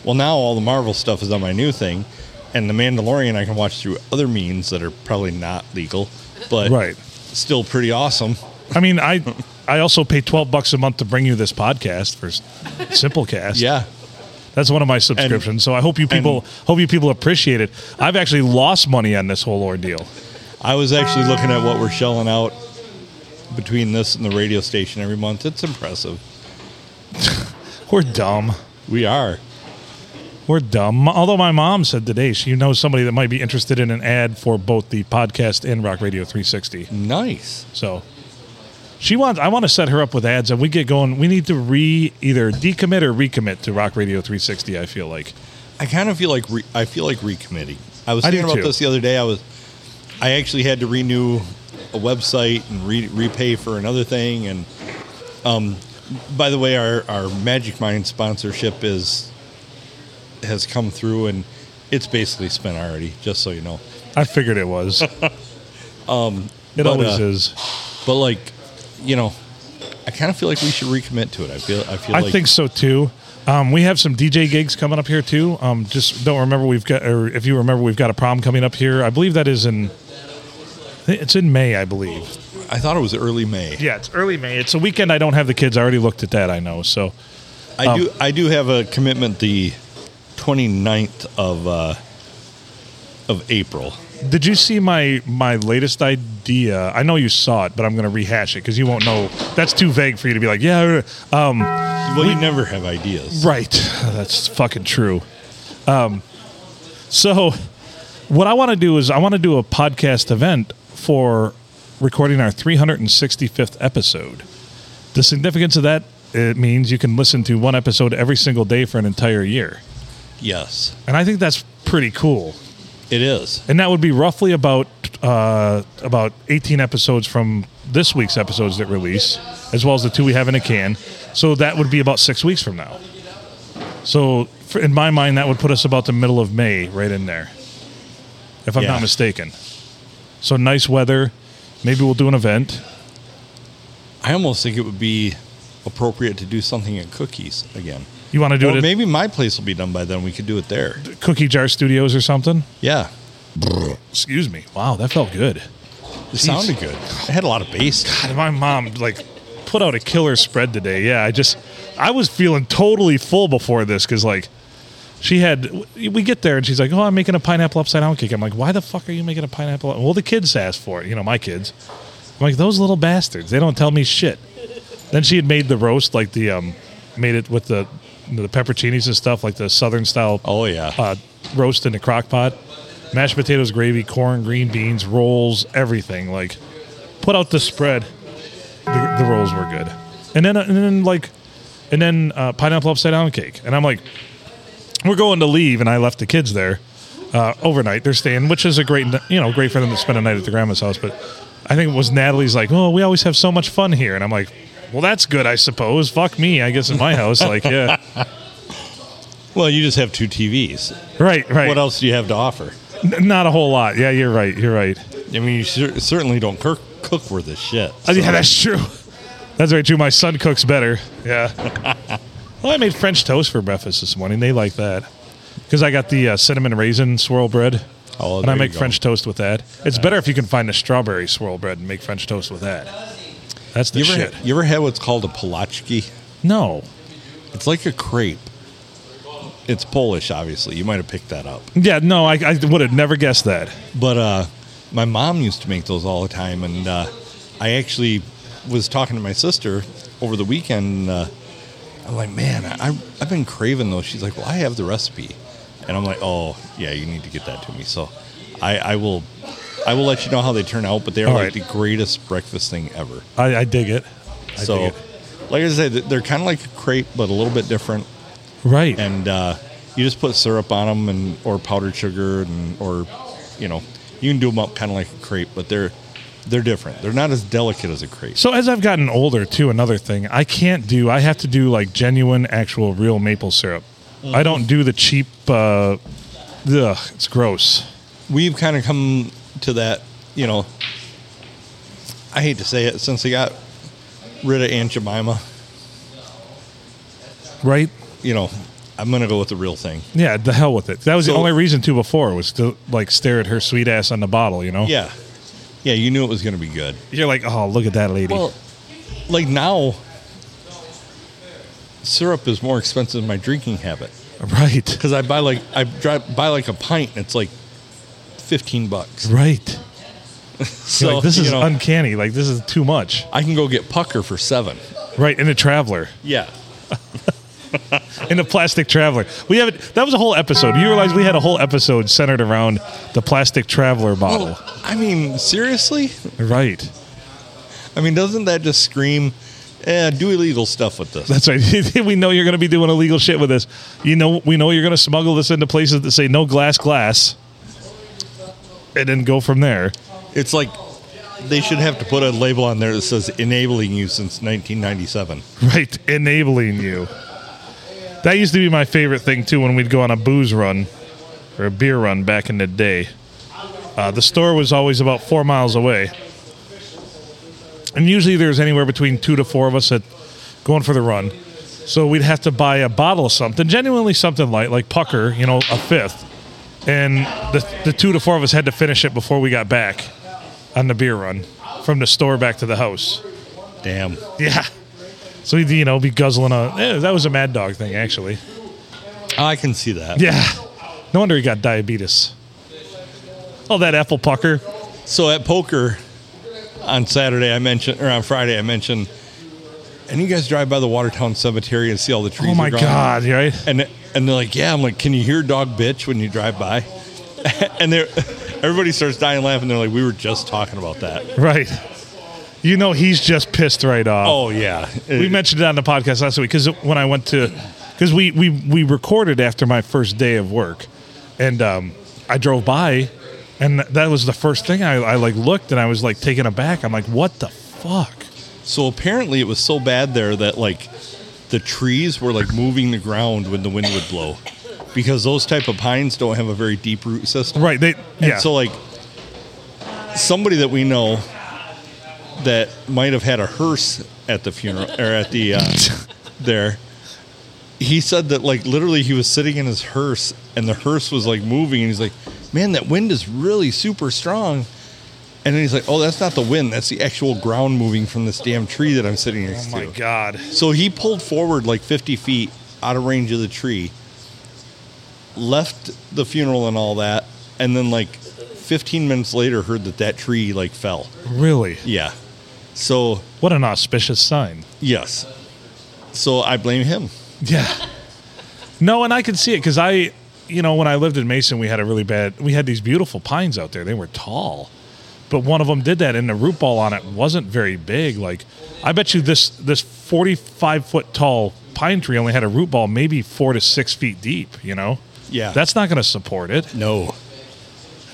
[SPEAKER 1] Well, now all the Marvel stuff is on my new thing, and The Mandalorian I can watch through other means that are probably not legal, but
[SPEAKER 2] Right.
[SPEAKER 1] still pretty awesome.
[SPEAKER 2] I mean, I I also pay 12 bucks a month to bring you this podcast for Simplecast.
[SPEAKER 1] Yeah.
[SPEAKER 2] That's one of my subscriptions. so I hope you people hope you people appreciate it. I've actually lost money on this whole ordeal.
[SPEAKER 1] I was actually looking at what we're shelling out between this and the radio station every month. It's impressive.
[SPEAKER 2] We're dumb.
[SPEAKER 1] We are.
[SPEAKER 2] We're dumb. Although my mom said today she knows somebody that might be interested in an ad for both the podcast and Rock Radio 360.
[SPEAKER 1] Nice.
[SPEAKER 2] So she wants I want to set her up with ads and we get going. We need to re either decommit or recommit to Rock Radio 360, I feel like.
[SPEAKER 1] I kind of feel like re- I feel like recommitting. I was
[SPEAKER 2] I do
[SPEAKER 1] thinking about
[SPEAKER 2] too.
[SPEAKER 1] this the other day. I was I actually had to renew a website and re- repay for another thing and um by the way our our Magic Mind sponsorship is has come through and it's basically spent already just so you know.
[SPEAKER 2] I figured it was. um it
[SPEAKER 1] but,
[SPEAKER 2] always
[SPEAKER 1] uh,
[SPEAKER 2] is.
[SPEAKER 1] But like, you know, I kind of feel like we should recommit to it. I feel I feel
[SPEAKER 2] I
[SPEAKER 1] like
[SPEAKER 2] think so too. Um, we have some DJ gigs coming up here too. Um, just don't remember we've got, or if you remember, we've got a prom coming up here. I believe that is in, it's in May, I believe.
[SPEAKER 1] I thought it was early May.
[SPEAKER 2] Yeah, it's early May. It's a weekend. I don't have the kids. I already looked at that. I know. So
[SPEAKER 1] I do
[SPEAKER 2] Um,
[SPEAKER 1] I do have a commitment the 29th of uh of April.
[SPEAKER 2] Did you see my my latest idea? I know you saw it, but I'm going to rehash it because you won't know. That's too vague for you to be like, yeah, uh, um,
[SPEAKER 1] Well, you never have ideas.
[SPEAKER 2] right. That's fucking true. Um, so, what I want to do is I want to do a podcast event for recording our 365th episode. The significance of that it means you can listen to one episode every single day for an entire year,
[SPEAKER 1] Yes,
[SPEAKER 2] and I think that's pretty cool.
[SPEAKER 1] it is.
[SPEAKER 2] and that would be roughly about uh, about 18 episodes from this week's episodes that release, as well as the two we have in a can. So that would be about six weeks from now. So for, in my mind, that would put us about the middle of May, right in there, if I'm
[SPEAKER 1] Yeah.
[SPEAKER 2] not mistaken. So nice weather. Maybe we'll do an event.
[SPEAKER 1] I almost think it would be appropriate to do something at Cookies again.
[SPEAKER 2] You want to do
[SPEAKER 1] Or
[SPEAKER 2] it
[SPEAKER 1] maybe my place will be done by then. We could do it there.
[SPEAKER 2] at Cookie Jar Studios or something?
[SPEAKER 1] Yeah,
[SPEAKER 2] Excuse me. Wow, that felt good.
[SPEAKER 1] it sounded good. It had a lot of bass.
[SPEAKER 2] And my mom like put out a killer spread today. Yeah, I just I was feeling totally full before this because like she had we get there and she's like, oh, I'm making a pineapple upside down cake. I'm like, why the fuck are you making a pineapple? Well, the kids asked for it. You know, my kids. I'm like those little bastards. They don't tell me shit. Then she had made the roast like the um made it with the the pepperoncinis and stuff like the southern style
[SPEAKER 1] Oh yeah,
[SPEAKER 2] uh, roast in the crock pot, mashed potatoes, gravy, corn, green beans, rolls, everything. Like, put out the spread. The, the rolls were good, and then and then like, and then uh, pineapple upside down cake. And I'm like, we're going to leave, and I left the kids there uh, overnight. They're staying, which is a great you know great for them to spend a night at the grandma's house. But I think it was Natalie's like, oh, we always have so much fun here, and I'm like, Well, that's good, I suppose. Fuck me, I guess in my house, like yeah,
[SPEAKER 1] Well, you just have two TVs.
[SPEAKER 2] right, right.
[SPEAKER 1] What else do you have to offer?
[SPEAKER 2] N- not a whole lot. Yeah, you're right. You're right.
[SPEAKER 1] I mean, you cer- certainly don't cook, cook worth a shit.
[SPEAKER 2] Oh, yeah,
[SPEAKER 1] so-
[SPEAKER 2] that's true. That's very true. My son cooks better. Yeah. well, I made French toast for breakfast this morning. They like that because I got the uh, cinnamon raisin swirl bread.
[SPEAKER 1] Oh, well,
[SPEAKER 2] and I
[SPEAKER 1] there you
[SPEAKER 2] make
[SPEAKER 1] go.
[SPEAKER 2] French toast with that. It's better if you can find a strawberry swirl bread and make French toast with that. That's the
[SPEAKER 1] You ever,
[SPEAKER 2] shit.
[SPEAKER 1] had, you ever had what's called a polachki?
[SPEAKER 2] No.
[SPEAKER 1] It's like a crepe. It's Polish, obviously. You might have picked that up.
[SPEAKER 2] Yeah, no, I, I would have never guessed that.
[SPEAKER 1] But uh, my mom used to make those all the time, and uh, I actually was talking to my sister over the weekend. And, uh, I'm like, man, I, I've been craving those. She's like, well, I have the recipe, and I'm like, oh yeah, you need to get that to me. So I, I will, I will let you know how they turn out. But they are
[SPEAKER 2] All
[SPEAKER 1] like
[SPEAKER 2] right.
[SPEAKER 1] the greatest breakfast thing ever.
[SPEAKER 2] I, I dig it. I
[SPEAKER 1] so,
[SPEAKER 2] dig it.
[SPEAKER 1] like I said, they're kind of like a crepe, but a little bit different
[SPEAKER 2] Right.
[SPEAKER 1] and uh, you just put syrup on them and or powdered sugar and or you know you can do them up kind of like a crepe but they're they're different they're not as delicate as a crepe
[SPEAKER 2] So as I've gotten older, too, another thing I can't do, I have to do like genuine, actual, real maple syrup. I don't do the cheap. Uh, ugh, it's gross.
[SPEAKER 1] we've kind of come to that you know i hate to say it since they got rid of aunt jemima
[SPEAKER 2] Right?
[SPEAKER 1] you know i'm gonna go with the real thing
[SPEAKER 2] Yeah. The hell with it. That was the
[SPEAKER 1] So-
[SPEAKER 2] only reason too before was to like stare at her sweet ass on the bottle. You know?
[SPEAKER 1] yeah yeah you knew it was gonna be good
[SPEAKER 2] You're like, oh, look at that lady.
[SPEAKER 1] well like now syrup is more expensive than my drinking habit
[SPEAKER 2] right.
[SPEAKER 1] because I buy like I dri buy like a pint and it's like fifteen bucks.
[SPEAKER 2] Right. You're
[SPEAKER 1] So
[SPEAKER 2] like, this
[SPEAKER 1] you
[SPEAKER 2] is
[SPEAKER 1] know,
[SPEAKER 2] uncanny. Like this is too much.
[SPEAKER 1] I can go get pucker for seven.
[SPEAKER 2] Right. In a traveler.
[SPEAKER 1] Yeah,
[SPEAKER 2] in the plastic traveler. We haven't. That was a whole episode. You realize we had a whole episode centered around the plastic traveler bottle,
[SPEAKER 1] Oh, I mean seriously,
[SPEAKER 2] right?
[SPEAKER 1] I mean doesn't that just scream? Eh, do illegal stuff with this.
[SPEAKER 2] That's right. we know you're going to be doing illegal shit with this. You know, we know you're going to smuggle this into places that say no glass, glass, and then go from there.
[SPEAKER 1] It's like they should have to put a label on there that says enabling you since 1997.
[SPEAKER 2] Right, enabling you. That used to be my favorite thing too when we'd go on a booze run or a beer run back in the day. Uh, the store was always about four miles away, and usually there's anywhere between two to four of us at going for the run. So we'd have to buy a bottle of something, genuinely something light, like pucker, you know, a fifth. And the, the two to four of us had to finish it before we got back on the beer run from the store back to the house.
[SPEAKER 1] Damn.
[SPEAKER 2] Yeah. So he'd, you know, be guzzling a. eh, that was a Mad Dog thing, actually.
[SPEAKER 1] I can see that.
[SPEAKER 2] Yeah. No wonder he got diabetes. Oh, that apple pucker.
[SPEAKER 1] So at poker on Saturday, I mentioned, or on Friday, I mentioned, and you guys drive by the Watertown Cemetery and see all the trees.
[SPEAKER 2] Oh,
[SPEAKER 1] are
[SPEAKER 2] my
[SPEAKER 1] gone?"
[SPEAKER 2] God, right?
[SPEAKER 1] and and they're like, "Yeah." I'm like, "Can you hear dog bitch when you drive by?" and they are everybody starts dying laughing. They're like, "We were just talking about that."
[SPEAKER 2] Right. You know, he's just pissed right off.
[SPEAKER 1] Oh yeah,
[SPEAKER 2] we mentioned it on the podcast last week because when I went to, because we, we we recorded after my first day of work, and um, I drove by, and that was the first thing I, I like looked and I was like taken aback. I'm like, what the fuck?
[SPEAKER 1] so apparently it was so bad there that like the trees were like moving the ground when the wind would blow, because those type of pines don't have a very deep root system.
[SPEAKER 2] Right? They
[SPEAKER 1] And
[SPEAKER 2] yeah.
[SPEAKER 1] so like somebody that we know that might have had a hearse at the funeral or at the uh, there. He said that like literally he was sitting in his hearse and the hearse was like moving and he's like, "Man, that wind is really super strong." And then he's like, "Oh, that's not the wind. That's the actual ground moving from this damn tree that I'm sitting next
[SPEAKER 2] oh my
[SPEAKER 1] to."
[SPEAKER 2] god.
[SPEAKER 1] So he pulled forward like 50 feet out of range of the tree, left the funeral and all that, and then like 15 minutes later heard that that tree like fell.
[SPEAKER 2] Really?
[SPEAKER 1] Yeah. So,
[SPEAKER 2] What an auspicious sign.
[SPEAKER 1] yes. So I blame him.
[SPEAKER 2] Yeah. No, and I could see it because I, you know, when I lived in Mason, we had a really bad, we had these beautiful pines out there. They were tall, but one of them did that, and the root ball on it wasn't very big. Like, I bet you this this forty five foot tall pine tree only had a root ball maybe four to six feet deep. You know.
[SPEAKER 1] Yeah.
[SPEAKER 2] That's not going to support it.
[SPEAKER 1] No.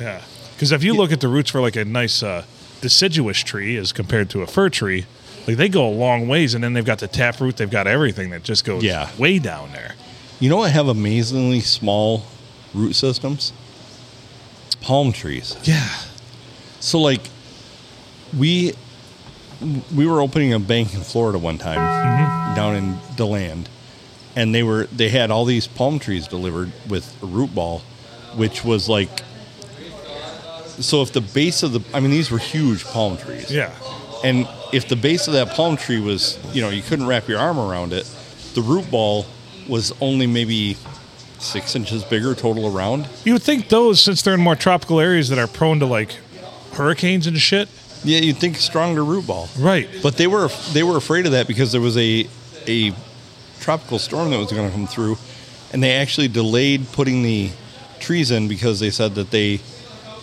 [SPEAKER 2] Yeah. Because if you look at the roots for like a nice uh, deciduous tree as compared to a fir tree, Like they go a long ways, and then they've got the tap root. They've got everything that just goes
[SPEAKER 1] Yeah.
[SPEAKER 2] way down there.
[SPEAKER 1] You know what have amazingly small root systems? Palm trees.
[SPEAKER 2] Yeah,
[SPEAKER 1] So like we we were opening a bank in Florida one time down in DeLand and they were they had all these palm trees delivered with a root ball which was like so if the base of the I mean these were huge palm trees.
[SPEAKER 2] yeah,
[SPEAKER 1] And if the base of that palm tree was, you know, you couldn't wrap your arm around it, the root ball was only maybe six inches bigger total around.
[SPEAKER 2] You would think those, since they're in more tropical areas that are prone to like hurricanes and shit,
[SPEAKER 1] Yeah, you'd think stronger root ball.
[SPEAKER 2] right?
[SPEAKER 1] But they were they were afraid of that because there was a a tropical storm that was going to come through, and they actually delayed putting the trees in because they said that they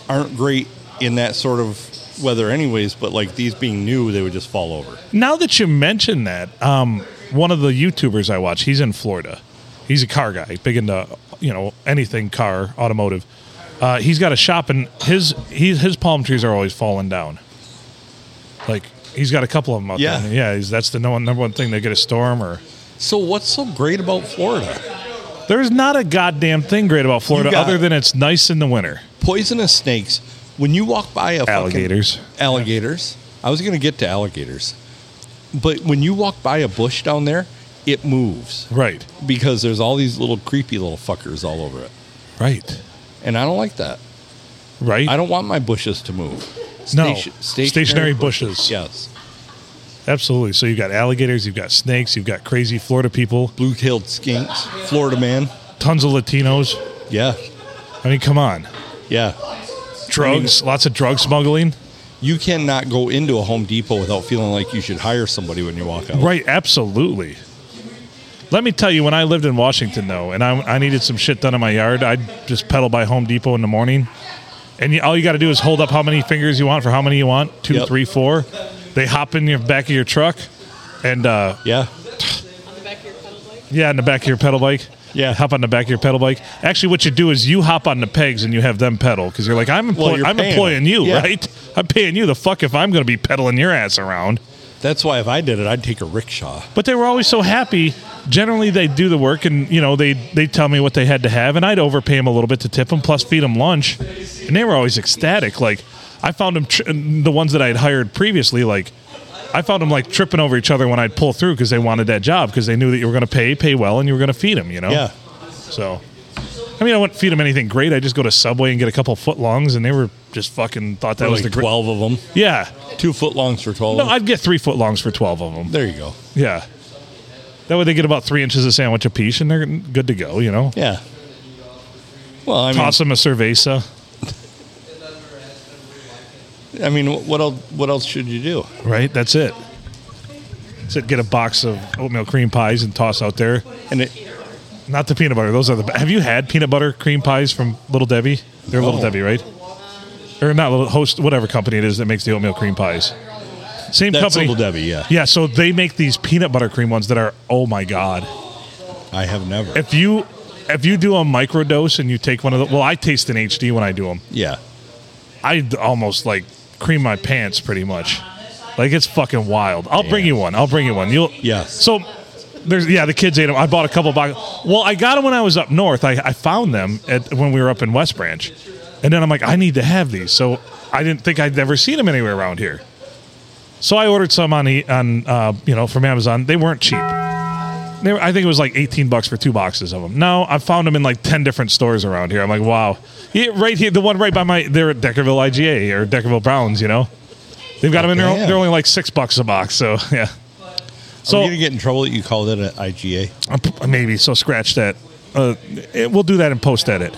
[SPEAKER 1] aren't great in that sort of weather, anyways. But like these being new, they would just fall over.
[SPEAKER 2] Now that you mention that, um, one of the YouTubers I watch, he's in Florida. He's a car guy, big into you know anything car, automotive. Uh, he's got a shop, and his he's, his palm trees are always falling down. Like he's got a couple of them out
[SPEAKER 1] Yeah.
[SPEAKER 2] there. Yeah, he's, that's the no one, number one thing. They get a storm or
[SPEAKER 1] So what's so great about Florida?
[SPEAKER 2] there's not a goddamn thing great about Florida
[SPEAKER 1] got-
[SPEAKER 2] other than it's nice in the winter.
[SPEAKER 1] Poisonous snakes. When you walk by a fucking-
[SPEAKER 2] Alligators.
[SPEAKER 1] alligators. I was going to get to alligators, but when you walk by a bush down there, it moves.
[SPEAKER 2] Right.
[SPEAKER 1] because there's all these little creepy little fuckers all over it.
[SPEAKER 2] Right.
[SPEAKER 1] And I don't like that.
[SPEAKER 2] Right.
[SPEAKER 1] I don't want my bushes to move.
[SPEAKER 2] No.
[SPEAKER 1] Station-
[SPEAKER 2] Stationary bushes.
[SPEAKER 1] Yes.
[SPEAKER 2] Absolutely. So you've got alligators, you've got snakes, you've got crazy Florida people,
[SPEAKER 1] Blue tailed skinks. Florida man.
[SPEAKER 2] tons of Latinos.
[SPEAKER 1] Yeah.
[SPEAKER 2] I mean, come on.
[SPEAKER 1] Yeah.
[SPEAKER 2] Drugs, lots of drug smuggling.
[SPEAKER 1] You cannot go into a Home Depot without feeling like you should hire somebody when you walk out.
[SPEAKER 2] Right, absolutely. Let me tell you, when I lived in Washington, though, and I, I needed some shit done in my yard, I'd just pedal by Home Depot in the morning. And you, all you got to do is hold up how many fingers you want for how many you want two,
[SPEAKER 1] Yep.
[SPEAKER 2] three, four. They hop in your back of your truck. And uh,
[SPEAKER 1] Yeah.
[SPEAKER 3] on the back of your pedal bike.
[SPEAKER 2] yeah, in the back of your pedal bike.
[SPEAKER 1] Yeah.
[SPEAKER 2] hop on the back of your pedal bike. Actually, what you do is you hop on the pegs and you have them pedal because you're like,
[SPEAKER 1] Well,
[SPEAKER 2] I'm employ-
[SPEAKER 1] you're
[SPEAKER 2] I'm
[SPEAKER 1] paying
[SPEAKER 2] employing
[SPEAKER 1] them.
[SPEAKER 2] you,
[SPEAKER 1] Yeah.
[SPEAKER 2] right? I'm paying you the fuck if I'm going to be pedaling your ass around.
[SPEAKER 1] That's why if I did it, I'd take a rickshaw.
[SPEAKER 2] But they were always so happy. Generally, they do the work and you know they they tell me what they had to have, and I'd overpay them a little bit to tip them, plus feed them lunch, and they were always ecstatic. Like I found them tr- the ones that I'd hired previously, like. I found them like tripping over each other when I'd pull through because they wanted that job because they knew that you were going to pay, pay well, and you were going to feed them, you know?
[SPEAKER 1] Yeah.
[SPEAKER 2] So, I mean, I wouldn't feed them anything great. I just go to Subway and get a couple foot longs, and they were just fucking thought that was the
[SPEAKER 1] Like
[SPEAKER 2] great.
[SPEAKER 1] 12 of them.
[SPEAKER 2] Yeah,
[SPEAKER 1] Two foot longs for 12.
[SPEAKER 2] no, I'd get three foot longs for twelve of them.
[SPEAKER 1] there you go.
[SPEAKER 2] Yeah, that way they get about three inches of sandwich a piece, and they're good to go. You know,
[SPEAKER 1] Yeah. Well, I mean,
[SPEAKER 2] toss them a cerveza,
[SPEAKER 1] I mean, what else? What else should you do?
[SPEAKER 2] right? That's it. That's it. Get a box of oatmeal cream pies and toss out there.
[SPEAKER 1] And it,
[SPEAKER 2] Not the peanut butter; those are the. Have you had peanut butter cream pies from Little Debbie? They're Little
[SPEAKER 1] No.
[SPEAKER 2] Debbie, right? Or not Little Host, whatever company it is that makes the oatmeal cream pies. Same
[SPEAKER 1] that's
[SPEAKER 2] company.
[SPEAKER 1] Little Debbie. Yeah,
[SPEAKER 2] Yeah, so they make these peanut butter cream ones that are oh my god.
[SPEAKER 1] I have never.
[SPEAKER 2] If you if you do a microdose and you take one of the well, I taste in HD when I do them.
[SPEAKER 1] yeah,
[SPEAKER 2] I d- almost like cream my pants pretty much. Like it's fucking wild. I'll bring you one. I'll bring you one. You'll
[SPEAKER 1] Yes.
[SPEAKER 2] So there's yeah, the kids ate them. I bought a couple boxes. Well, I got them when I was up north. I, I found them at when we were up in West Branch, and then I'm like, I need to have these. So I didn't think I'd ever seen them anywhere around here. So I ordered some on E- on uh, you know from Amazon. They weren't cheap. They were, I think it was like 18 bucks for two boxes of them. Now I found them in like 10 different stores around here. I'm like, wow. Yeah, right here, the one right by my, they're at Deckerville IGA or Deckerville Browns, you know? They've got them in there.
[SPEAKER 1] Damn.
[SPEAKER 2] They're only like six bucks a box. So, yeah.
[SPEAKER 1] Are
[SPEAKER 2] So
[SPEAKER 1] you gonna get in trouble that you called it an IGA?
[SPEAKER 2] I'm p- maybe, so scratch that. Uh, it- we'll do that in post edit.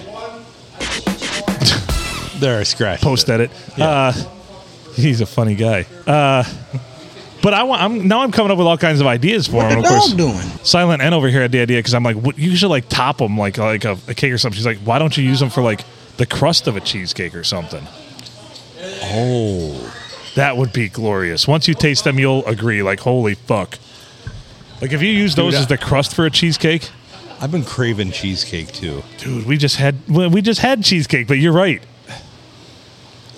[SPEAKER 1] There, I scratched.
[SPEAKER 2] Post
[SPEAKER 1] it.
[SPEAKER 2] edit. Uh, he's a funny guy. Uh, but I want, I'm, now I'm coming up with all kinds of ideas for him, of course.
[SPEAKER 4] doing?
[SPEAKER 2] Silent N over here had the idea because I'm like, what, you should like top them like like a, a cake or something. She's like, why don't you use them for like the crust of a cheesecake or something?
[SPEAKER 1] Oh,
[SPEAKER 2] That would be glorious. Once you taste them, you'll agree. Like, holy fuck! Like if you use those
[SPEAKER 1] Dude, I-
[SPEAKER 2] as the crust for a cheesecake,
[SPEAKER 1] I've been craving cheesecake too.
[SPEAKER 2] dude, we just had well, we just had cheesecake. But you're right.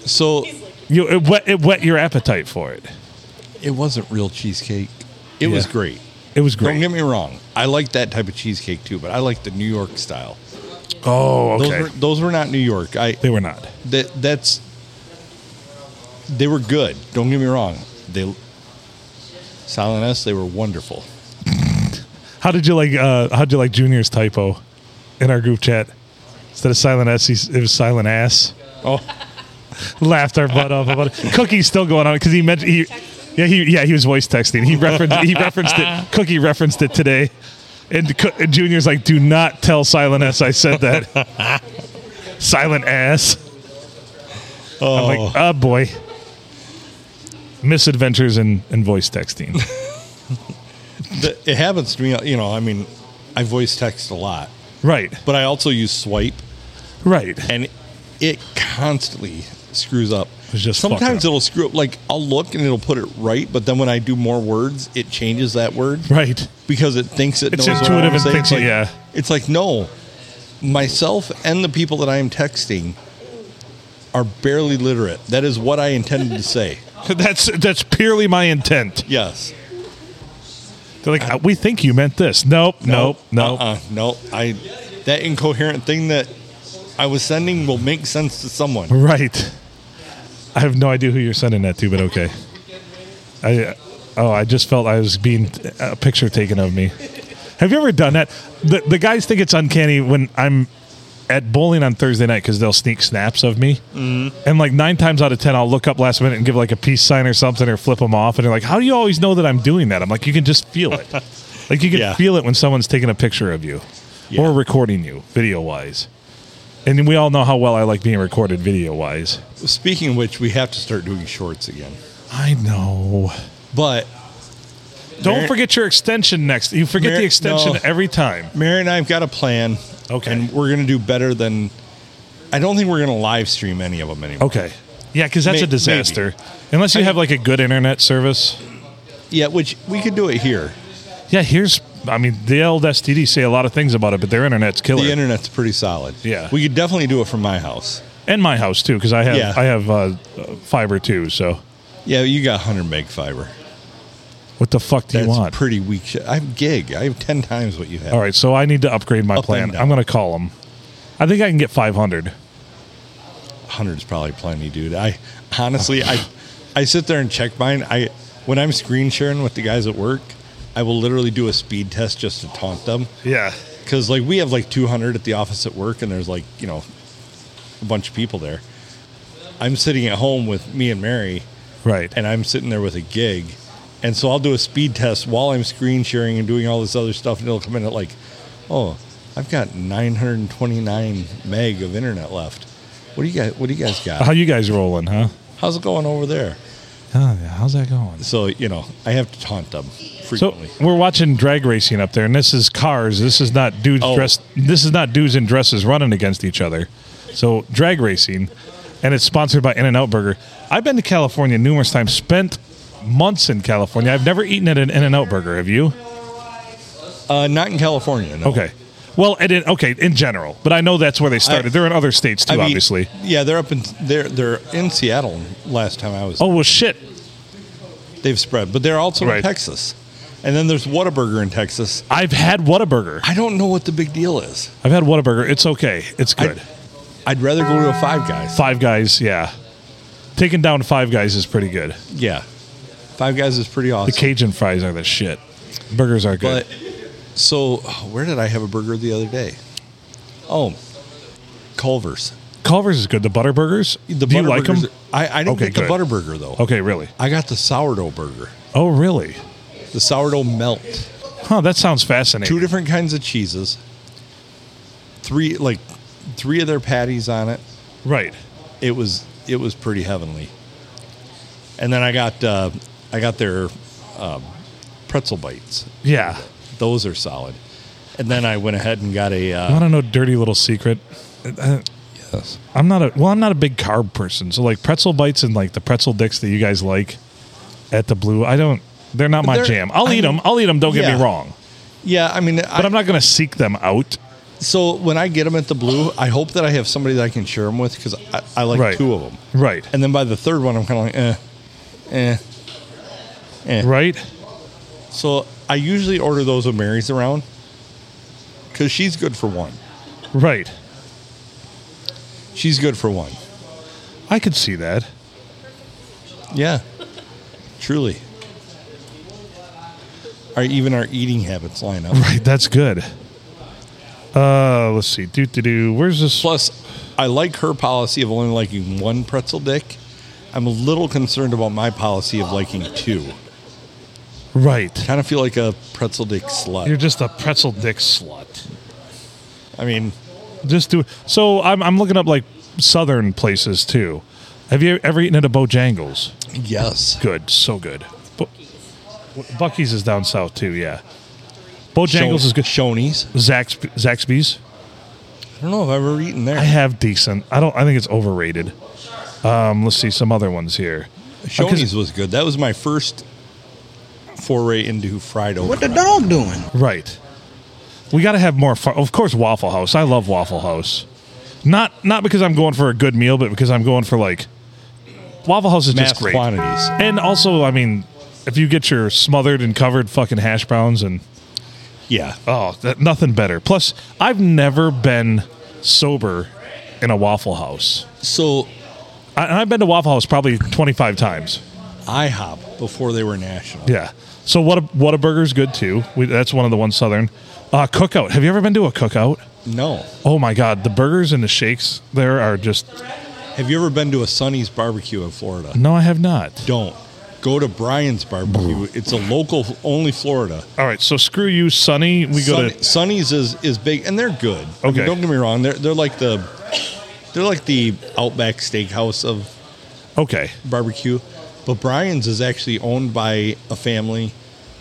[SPEAKER 1] So
[SPEAKER 2] You it whet, it whet your appetite for it.
[SPEAKER 1] it wasn't real cheesecake. It was
[SPEAKER 2] Yeah.
[SPEAKER 1] great.
[SPEAKER 2] It was great.
[SPEAKER 1] Don't get me wrong. I like that type of cheesecake too, but I like the New York style.
[SPEAKER 2] oh,
[SPEAKER 1] Those
[SPEAKER 2] okay.
[SPEAKER 1] were those were not New York. I
[SPEAKER 2] they were not.
[SPEAKER 1] that that's they were good. Don't get me wrong. They Silent S, they were wonderful.
[SPEAKER 2] How did you like? Uh, how did you like Junior's typo in our group chat? Instead of silent s, he's- it was silent ass.
[SPEAKER 1] Oh,
[SPEAKER 2] Laughed our butt off about it. Cookie's still going on because he mentioned he. Yeah, he yeah he was voice texting. He referenced he referenced it. Cookie referenced it today, and, Co- and Junior's like, "Do not tell Silent S I said that." silent ass.
[SPEAKER 1] oh.
[SPEAKER 2] I'm like, oh boy. Misadventures in, in voice texting.
[SPEAKER 1] The- it happens to me. You know, I mean, I voice text a lot,
[SPEAKER 2] right.
[SPEAKER 1] but I also use swipe,
[SPEAKER 2] Right.
[SPEAKER 1] and it constantly screws up.
[SPEAKER 2] It's just fucking
[SPEAKER 1] sometimes
[SPEAKER 2] up.
[SPEAKER 1] it'll screw up. Like I'll look and it'll put it right, but then when I do more words, it changes that word
[SPEAKER 2] Right.
[SPEAKER 1] because it thinks it
[SPEAKER 2] It's
[SPEAKER 1] knows what I
[SPEAKER 2] intuitive
[SPEAKER 1] wanna
[SPEAKER 2] and
[SPEAKER 1] say. it's
[SPEAKER 2] thinks it,
[SPEAKER 1] like,
[SPEAKER 2] yeah.
[SPEAKER 1] It's like no, myself and the people that I am texting are barely literate. That is what I intended to say.
[SPEAKER 2] That's that's purely my intent.
[SPEAKER 1] Yes.
[SPEAKER 2] They're like, "Uh, we think you meant this. Nope, nope, nope.
[SPEAKER 1] Uh-uh, nope. I that incoherent thing that I was sending will make sense to someone.
[SPEAKER 2] Right. I have no idea who you're sending that to, but okay. I uh, oh, I just felt I was being a picture taken of me. Have you ever done that? The the guys think it's uncanny when I'm at bowling on Thursday night because they'll sneak snaps of me,
[SPEAKER 1] Mm-hmm.
[SPEAKER 2] and like nine times out of ten, I'll look up last minute and give like a peace sign or something or flip them off, and they're like, "How do you always know that I'm doing that?" I'm like, "You can just feel it. like you can
[SPEAKER 1] Yeah.
[SPEAKER 2] feel it when someone's taking a picture of you
[SPEAKER 1] Yeah.
[SPEAKER 2] or recording you video wise." And we all know how well I like being recorded video wise.
[SPEAKER 1] Speaking of which, we have to start doing shorts again.
[SPEAKER 2] I know.
[SPEAKER 1] But
[SPEAKER 2] Don't
[SPEAKER 1] Mar-
[SPEAKER 2] forget your extension next. You forget
[SPEAKER 1] Mar-
[SPEAKER 2] the extension
[SPEAKER 1] no.
[SPEAKER 2] every time.
[SPEAKER 1] Mary and I've got a plan.
[SPEAKER 2] Okay.
[SPEAKER 1] And we're gonna do better than I don't think we're gonna live stream any of them anymore.
[SPEAKER 2] Okay. Yeah, because that's
[SPEAKER 1] May-
[SPEAKER 2] a disaster. Unless you have like a good internet service. Oh.
[SPEAKER 1] Yeah, which we could do it here.
[SPEAKER 2] Yeah, here's. I mean, the old STD say a lot of things about it, but their internet's killer.
[SPEAKER 1] The internet's pretty solid.
[SPEAKER 2] Yeah.
[SPEAKER 1] We could definitely do it from my house.
[SPEAKER 2] and my house too, because I have
[SPEAKER 1] Yeah.
[SPEAKER 2] I have uh, uh, fiber too. So
[SPEAKER 1] Yeah, you got 100 meg fiber.
[SPEAKER 2] what the fuck do
[SPEAKER 1] That's
[SPEAKER 2] you want?
[SPEAKER 1] pretty weak. Sh- I have gig. I have 10 times what you have.
[SPEAKER 2] All right, so I need to upgrade my
[SPEAKER 1] Up and
[SPEAKER 2] plan.
[SPEAKER 1] down.
[SPEAKER 2] I'm going to call them. I think I can get 500.
[SPEAKER 1] 100 is probably plenty, dude. I honestly, I, I sit there and check mine. I when I'm screen sharing with the guys at work, I will literally do a speed test just to taunt them.
[SPEAKER 2] Yeah.
[SPEAKER 1] Because like we have like 200 at the office at work, and there's like you know, a bunch of people there. I'm sitting at home with me and Mary,
[SPEAKER 2] Right.
[SPEAKER 1] and I'm sitting there with a gig, and so I'll do a speed test while I'm screen sharing and doing all this other stuff, and it'll come in at like, oh, I've got 929 meg of internet left. What do you guys? What do you guys got?
[SPEAKER 2] How you guys rolling, huh?
[SPEAKER 1] How's it going over there?
[SPEAKER 2] Oh, yeah. How's that going?
[SPEAKER 1] So you know, I have to taunt them
[SPEAKER 2] So
[SPEAKER 1] frequently.
[SPEAKER 2] we're watching drag racing up there, and this is cars. This is not dudes
[SPEAKER 1] Oh.
[SPEAKER 2] dressed. This is not dudes in dresses running against each other. So drag racing, and it's sponsored by In and Out Burger. I've been to California numerous times. Spent months in California. I've never eaten at an In and Out Burger. Have you?
[SPEAKER 1] uh, not in California. No.
[SPEAKER 2] Okay. Well, and in, okay, in general, but I know that's where they started.
[SPEAKER 1] I-
[SPEAKER 2] They're in other states too,
[SPEAKER 1] I mean,
[SPEAKER 2] obviously.
[SPEAKER 1] Yeah, they're up in they're they're in Seattle. Last time I was,
[SPEAKER 2] Oh well, shit.
[SPEAKER 1] they've spread, but they're also
[SPEAKER 2] Right.
[SPEAKER 1] in Texas. And then there's Whataburger in Texas.
[SPEAKER 2] I've had Whataburger.
[SPEAKER 1] I don't know what the big deal is.
[SPEAKER 2] I've had Whataburger. It's okay. It's good.
[SPEAKER 1] I'd rather go to a Five Guys.
[SPEAKER 2] Five Guys, yeah. Taking down Five Guys is pretty good.
[SPEAKER 1] Yeah, Five Guys is pretty awesome.
[SPEAKER 2] The Cajun fries are the shit. Burgers are good.
[SPEAKER 1] But so, where did I have a burger the other day? Oh, Culver's.
[SPEAKER 2] Culver's is good. The butter burgers. Do you like them?
[SPEAKER 1] Butterburgers- I, I didn't
[SPEAKER 2] Okay,
[SPEAKER 1] get the
[SPEAKER 2] good.
[SPEAKER 1] Butterburger though.
[SPEAKER 2] okay, really?
[SPEAKER 1] I got the sourdough burger,
[SPEAKER 2] Oh, really?
[SPEAKER 1] the sourdough melt.
[SPEAKER 2] Huh? That sounds fascinating.
[SPEAKER 1] Two different kinds of cheeses. Three like three of their patties on it.
[SPEAKER 2] right.
[SPEAKER 1] It was it was pretty heavenly. And then I got uh, I got their um, pretzel bites.
[SPEAKER 2] Yeah.
[SPEAKER 1] Those are solid. And then I went ahead and got a
[SPEAKER 2] I
[SPEAKER 1] uh,
[SPEAKER 2] want to know dirty little secret. Uh,
[SPEAKER 1] yes.
[SPEAKER 2] I'm not a well. I'm not a big carb person. So like pretzel bites and like the pretzel dicks that you guys like at the blue. I don't. They're not my
[SPEAKER 1] They're-
[SPEAKER 2] jam. I'll
[SPEAKER 1] I
[SPEAKER 2] eat them.
[SPEAKER 1] mean-
[SPEAKER 2] I'll eat them. Don't get
[SPEAKER 1] Yeah.
[SPEAKER 2] me wrong.
[SPEAKER 1] yeah. I mean,
[SPEAKER 2] But
[SPEAKER 1] I-
[SPEAKER 2] I, am not going to seek them out.
[SPEAKER 1] so when I get them at the blue, I hope that I have somebody that I can share them with because I, I like
[SPEAKER 2] Right.
[SPEAKER 1] two of them.
[SPEAKER 2] Right.
[SPEAKER 1] And then by the third one, I'm kind of like, eh, eh. Eh.
[SPEAKER 2] right?
[SPEAKER 1] So I usually order those when Mary's around because she's good for one.
[SPEAKER 2] Right.
[SPEAKER 1] She's good for one.
[SPEAKER 2] I could see that.
[SPEAKER 1] Yeah, truly. Our even our eating habits line up.
[SPEAKER 2] Right, that's good. Uh, let's see. Do do do. Where's this?
[SPEAKER 1] Plus, I like her policy of only liking one pretzel dick. I'm a little concerned about my policy of liking two.
[SPEAKER 2] Right.
[SPEAKER 1] Kind of feel like a pretzel dick slut.
[SPEAKER 2] You're just a pretzel dick slut.
[SPEAKER 1] I mean,
[SPEAKER 2] Just do. So I'm I'm looking up like southern places too. Have you ever eaten at a Bojangles?
[SPEAKER 1] yes.
[SPEAKER 2] Good, so good. Bo- Bucky's is down south too. Yeah. Bojangles is good.
[SPEAKER 1] Shoney's.
[SPEAKER 2] Zax Zaxby's.
[SPEAKER 1] I don't know if I've ever eaten there.
[SPEAKER 2] I have decent. I don't. I think it's overrated. Um, let's see some other ones here. Uh, 'cause-
[SPEAKER 1] Shoney's was good. That was my first foray into fried okra.
[SPEAKER 4] What the dog doing?
[SPEAKER 2] Right. We got to have more. Far- of course, Waffle House. I love Waffle House. Not not because I'm going for a good meal, but because I'm going for like Waffle House is
[SPEAKER 1] Mass
[SPEAKER 2] just great.
[SPEAKER 1] quantities.
[SPEAKER 2] And also, I mean, if you get your smothered and covered fucking hash browns and
[SPEAKER 1] Yeah.
[SPEAKER 2] oh, that, nothing better. Plus, I've never been sober in a Waffle House.
[SPEAKER 1] So
[SPEAKER 2] I, and I've been to Waffle House probably 25 times.
[SPEAKER 1] IHOP before they were national.
[SPEAKER 2] Yeah. So what? What a burger's good too. We, that's one of the ones Southern. Uh, cookout. Have you ever been to a cookout?
[SPEAKER 1] No.
[SPEAKER 2] Oh my God, the burgers and the shakes there are just.
[SPEAKER 1] Have you ever been to a Sonny's barbecue in Florida?
[SPEAKER 2] No, I have not.
[SPEAKER 1] Don't. Go to Brian's barbecue. It's a local only Florida.
[SPEAKER 2] All right, so screw you, Sonny. We go
[SPEAKER 1] Sun,
[SPEAKER 2] to.
[SPEAKER 1] Sonny's is, is big and they're good. I mean,
[SPEAKER 2] Okay.
[SPEAKER 1] don't get me wrong. They're they're like the they're like the Outback Steakhouse of
[SPEAKER 2] Okay.
[SPEAKER 1] barbecue. But Brian's is actually owned by a family.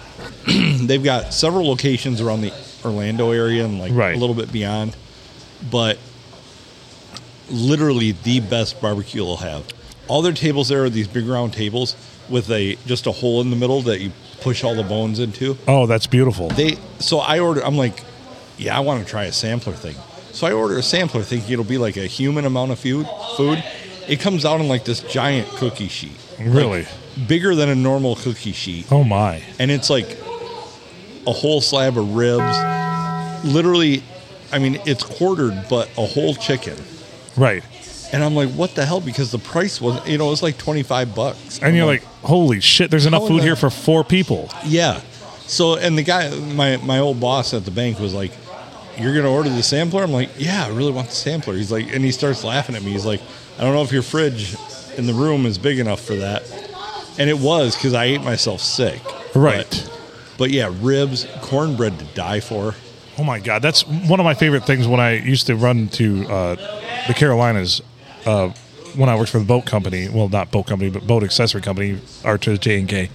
[SPEAKER 1] They've got several locations around the Orlando area and like
[SPEAKER 2] Right.
[SPEAKER 1] a little bit beyond. But literally the best barbecue they'll have. All their tables there are these big round tables with a just a hole in the middle that you push all the bones into.
[SPEAKER 2] Oh, that's beautiful.
[SPEAKER 1] They so I order I'm like, yeah, I want to try a sampler thing. So I order a sampler thinking it'll be like a human amount of food food. It comes out in like this giant cookie sheet
[SPEAKER 2] Really?
[SPEAKER 1] bigger than a normal cookie sheet.
[SPEAKER 2] Oh my.
[SPEAKER 1] And it's like a whole slab of ribs. Literally, I mean, it's quartered, but a whole chicken.
[SPEAKER 2] Right.
[SPEAKER 1] And I'm like, what the hell? Because the price was, you know, it was like 25 bucks.
[SPEAKER 2] And
[SPEAKER 1] I'm
[SPEAKER 2] you're like, holy shit, there's enough
[SPEAKER 1] How
[SPEAKER 2] food
[SPEAKER 1] the-
[SPEAKER 2] here for four people.
[SPEAKER 1] yeah. So, and the guy, my, my old boss at the bank was like, you're going to order the sampler? I'm like, yeah, I really want the sampler. He's like, and he starts laughing at me. He's like, I don't know if your fridge in the room is big enough for that. And it was because I ate myself sick.
[SPEAKER 2] Right.
[SPEAKER 1] But- But yeah, ribs, cornbread to die for.
[SPEAKER 2] Oh my God, that's one of my favorite things when I used to run to uh, the Carolinas uh, when I worked for the boat company. Well, not boat company, but boat accessory company, Archer's J and K.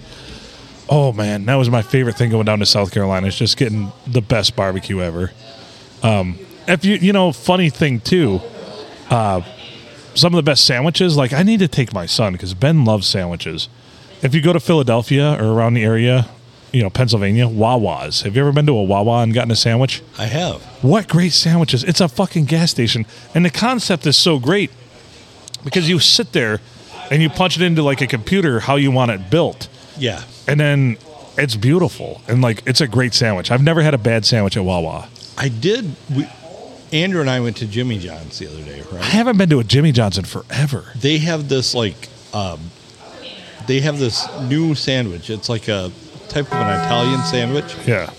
[SPEAKER 2] Oh man, that was my favorite thing going down to South Carolina. Is just getting the best barbecue ever. Um, if you you know, funny thing too, uh, some of the best sandwiches. Like I need to take my son because Ben loves sandwiches. If you go to Philadelphia or around the area, you know Pennsylvania, Wawa's. Have you ever been to a Wawa and gotten a sandwich?
[SPEAKER 1] I have.
[SPEAKER 2] What great sandwiches. It's a fucking gas station. And the concept is so great because you sit there and you punch it into like a computer how you want it built.
[SPEAKER 1] Yeah.
[SPEAKER 2] And then it's beautiful. And like it's a great sandwich. I've never had a bad sandwich at Wawa.
[SPEAKER 1] I did. We, Andrew and I went to Jimmy John's the other day,
[SPEAKER 2] I
[SPEAKER 1] right?
[SPEAKER 2] haven't been to a Jimmy John's in forever.
[SPEAKER 1] They have this like, um, they have this new sandwich. It's like a type of an Italian sandwich.
[SPEAKER 2] Yeah.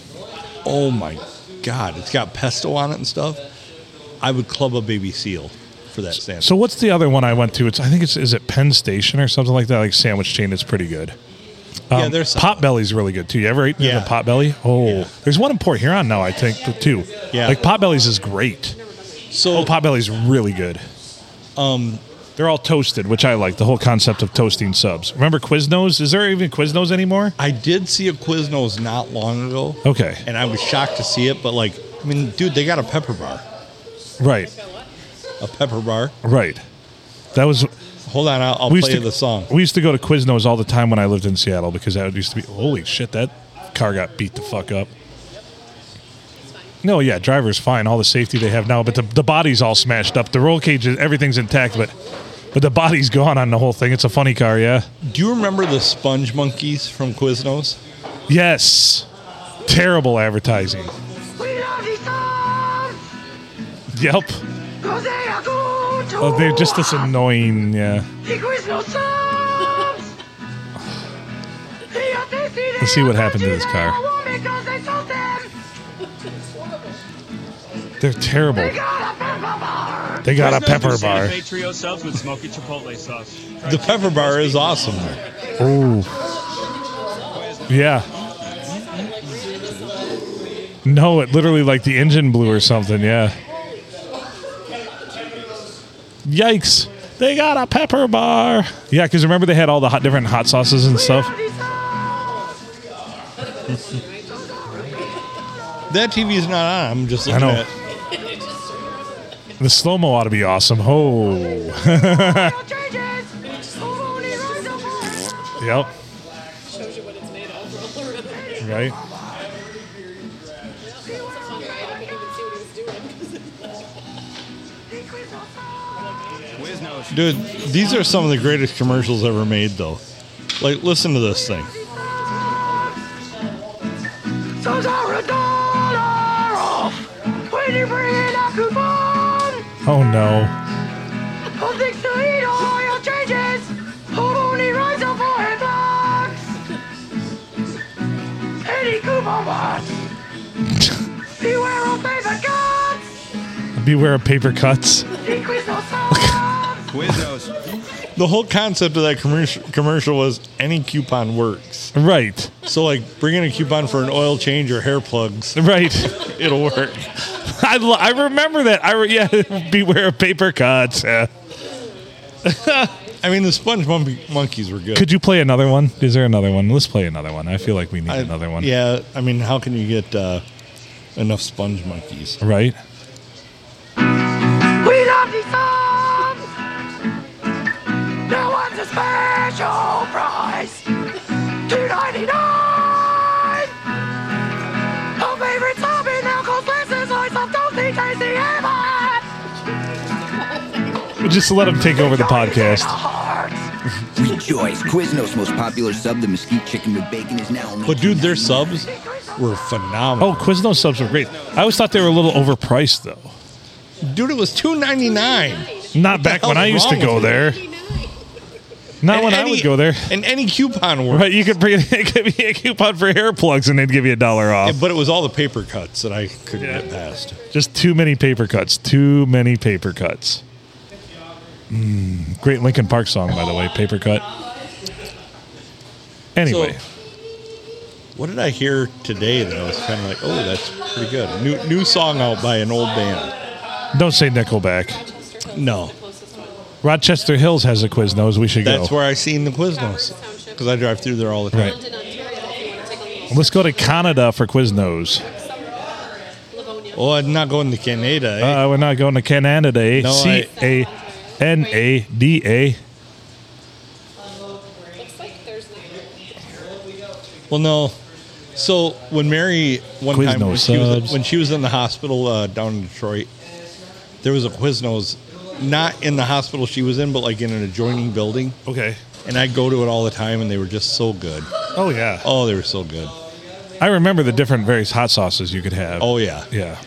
[SPEAKER 1] Oh my God. It's got pesto on it and stuff. I would club a baby seal for that sandwich.
[SPEAKER 2] So what's the other one I went to? It's I think it's is it Penn Station or something like that, like sandwich chain that's pretty good.
[SPEAKER 1] Yeah, they're solid.
[SPEAKER 2] Potbelly's really good too. You ever eaten
[SPEAKER 1] Yeah.
[SPEAKER 2] at a Potbelly? Oh, there's one in Port Huron now, I think, too.
[SPEAKER 1] Yeah.
[SPEAKER 2] like Potbelly's is great.
[SPEAKER 1] so
[SPEAKER 2] Oh, Potbelly's really good. Um, they're all toasted, which I like. The whole concept of toasting subs. Remember Quiznos? Is there even Quiznos anymore?
[SPEAKER 1] I did see a Quiznos not long ago.
[SPEAKER 2] Okay.
[SPEAKER 1] And I was shocked to see it, but like, I mean, dude, they got a pepper bar.
[SPEAKER 2] Right,
[SPEAKER 1] A pepper bar.
[SPEAKER 2] right. That was
[SPEAKER 1] Hold on, I'll, I'll
[SPEAKER 2] we
[SPEAKER 1] play
[SPEAKER 2] used
[SPEAKER 1] you
[SPEAKER 2] to
[SPEAKER 1] the song.
[SPEAKER 2] We used to go to Quiznos all the time when I lived in Seattle because that used to be holy shit. That car got beat the fuck up. No, yeah, driver's fine. All the safety they have now, but the, the body's all smashed up. The roll cage, is everything's intact, but But the body's gone on the whole thing. It's a funny car, yeah.
[SPEAKER 1] Do you remember the sponge monkeys from Quiznos?
[SPEAKER 2] Yes. Terrible advertising.
[SPEAKER 4] We love you, sons,
[SPEAKER 2] Yep.
[SPEAKER 4] 'cause they are good to
[SPEAKER 2] Oh, they're just this
[SPEAKER 4] us.
[SPEAKER 2] annoying, yeah.
[SPEAKER 4] The Quiznos sons. They are tasty, they
[SPEAKER 2] Let's see what
[SPEAKER 4] are
[SPEAKER 2] happened to
[SPEAKER 4] crunchy,
[SPEAKER 2] this
[SPEAKER 4] they
[SPEAKER 2] car.
[SPEAKER 4] are warm because they told them
[SPEAKER 2] They're terrible.
[SPEAKER 4] they got a pepper bar.
[SPEAKER 2] They got a
[SPEAKER 5] There's no
[SPEAKER 2] pepper
[SPEAKER 5] Santa
[SPEAKER 2] bar.
[SPEAKER 5] Fe trio subs with smoky chipotle sauce. Try
[SPEAKER 1] The pepper bar is awesome.
[SPEAKER 2] Oh. Yeah. No, it literally like the engine blew or something, yeah. Yikes. They got a pepper bar. Yeah, because remember they had all the hot, different hot sauces and stuff?
[SPEAKER 1] That TV's not on. I'm just looking
[SPEAKER 2] know.
[SPEAKER 1] at it.
[SPEAKER 2] The slow mo ought to be awesome. Oh.
[SPEAKER 4] No changes. Who only runs the world.
[SPEAKER 2] yep.
[SPEAKER 3] Shows you what it's made of. Roll around. It's
[SPEAKER 2] Right?
[SPEAKER 3] a fun ride. I couldn't even see what he was doing because it's like
[SPEAKER 4] The Quiznos sons.
[SPEAKER 5] Quiznos.
[SPEAKER 1] Dude, these are some of the greatest commercials ever made, though. Like, listen to this thing.
[SPEAKER 4] Those are a dollar off. When you bring in a coupon,
[SPEAKER 2] Oh, no.
[SPEAKER 4] all things to eat, all your changes. Hold only rise up for hit bucks. Any coupon box. Beware of paper cuts.
[SPEAKER 2] Beware of paper cuts.
[SPEAKER 4] Decrease no sums.
[SPEAKER 5] Quiznos.
[SPEAKER 1] The whole concept of that commercial commercial was any coupon works.
[SPEAKER 2] Right.
[SPEAKER 1] So, like, bring in a coupon for an oil change or hair plugs,
[SPEAKER 2] Right.
[SPEAKER 1] it'll work.
[SPEAKER 2] I, lo- I remember that. I re- yeah, beware of paper cuts. Yeah.
[SPEAKER 1] I mean, the sponge mon- monkeys were good.
[SPEAKER 2] Could you play another one? Is there another one? Let's play another one. I feel like we need
[SPEAKER 1] I-
[SPEAKER 2] another one.
[SPEAKER 1] Yeah, I mean, how can you get uh, enough sponge monkeys?
[SPEAKER 2] Right?
[SPEAKER 4] We love these sums. Now one's a special price. Two ninety nine. Our favorite sub in alcohol glasses, lights up, don't think tasty ever.
[SPEAKER 2] Just let them take over the
[SPEAKER 4] Joys in
[SPEAKER 2] podcast.
[SPEAKER 4] our hearts.
[SPEAKER 6] Rejoice! Quiznos' most popular sub, the mesquite chicken with bacon, is now only.
[SPEAKER 1] But, dude, their subs were phenomenal.
[SPEAKER 2] Oh, Quiznos subs are great. I always thought they were a little overpriced, though.
[SPEAKER 1] Oh, dude, it was two ninety nine.
[SPEAKER 2] Not back
[SPEAKER 1] hell's
[SPEAKER 2] when I used to
[SPEAKER 1] wrong
[SPEAKER 2] go
[SPEAKER 1] with
[SPEAKER 2] there.
[SPEAKER 3] 99.
[SPEAKER 2] Not when I would go there.
[SPEAKER 1] And any coupon worked.
[SPEAKER 2] Right, you could bring it could be a coupon for hair plugs and they'd give you a dollar off.
[SPEAKER 1] But it was all the paper cuts that I couldn't
[SPEAKER 2] Yeah.
[SPEAKER 1] get past.
[SPEAKER 2] Just too many paper cuts. Too many paper cuts. Mm, great Lincoln Park song, by the way. Paper cut. Anyway,
[SPEAKER 1] What did I hear today that I was kind of like, oh, that's pretty good? New new song out by an old band.
[SPEAKER 2] don't say Nickelback.
[SPEAKER 3] Rochester Hills
[SPEAKER 1] No.
[SPEAKER 2] Rochester Hills has
[SPEAKER 3] is the closest one.
[SPEAKER 2] a Quiznos. We should
[SPEAKER 1] That's
[SPEAKER 2] go.
[SPEAKER 1] where I seen the Quiznos because I drive through there all the time.
[SPEAKER 2] Right.
[SPEAKER 3] London, Ontario, if you want to take a little
[SPEAKER 2] Let's go to Canada for Quiznos.
[SPEAKER 3] Livonia.
[SPEAKER 1] Oh, I'm not going to Canada. eh?
[SPEAKER 2] Uh, we're not going to Canada. eh?
[SPEAKER 1] No,
[SPEAKER 2] C
[SPEAKER 1] I-
[SPEAKER 2] A N A D A.
[SPEAKER 3] Looks like there's not.
[SPEAKER 1] well, no. So when Mary one time when
[SPEAKER 2] Quiznos
[SPEAKER 1] she, was,
[SPEAKER 2] subs.
[SPEAKER 1] when she was in the hospital uh, down in Detroit, there was a Quiznos, not in the hospital she was in, but like in an adjoining building.
[SPEAKER 2] Okay.
[SPEAKER 1] And I'd go to it all the time, and they were just so good.
[SPEAKER 2] Oh yeah.
[SPEAKER 1] Oh, they were so good.
[SPEAKER 2] I remember the different various hot sauces you could have.
[SPEAKER 1] Oh yeah,
[SPEAKER 2] yeah.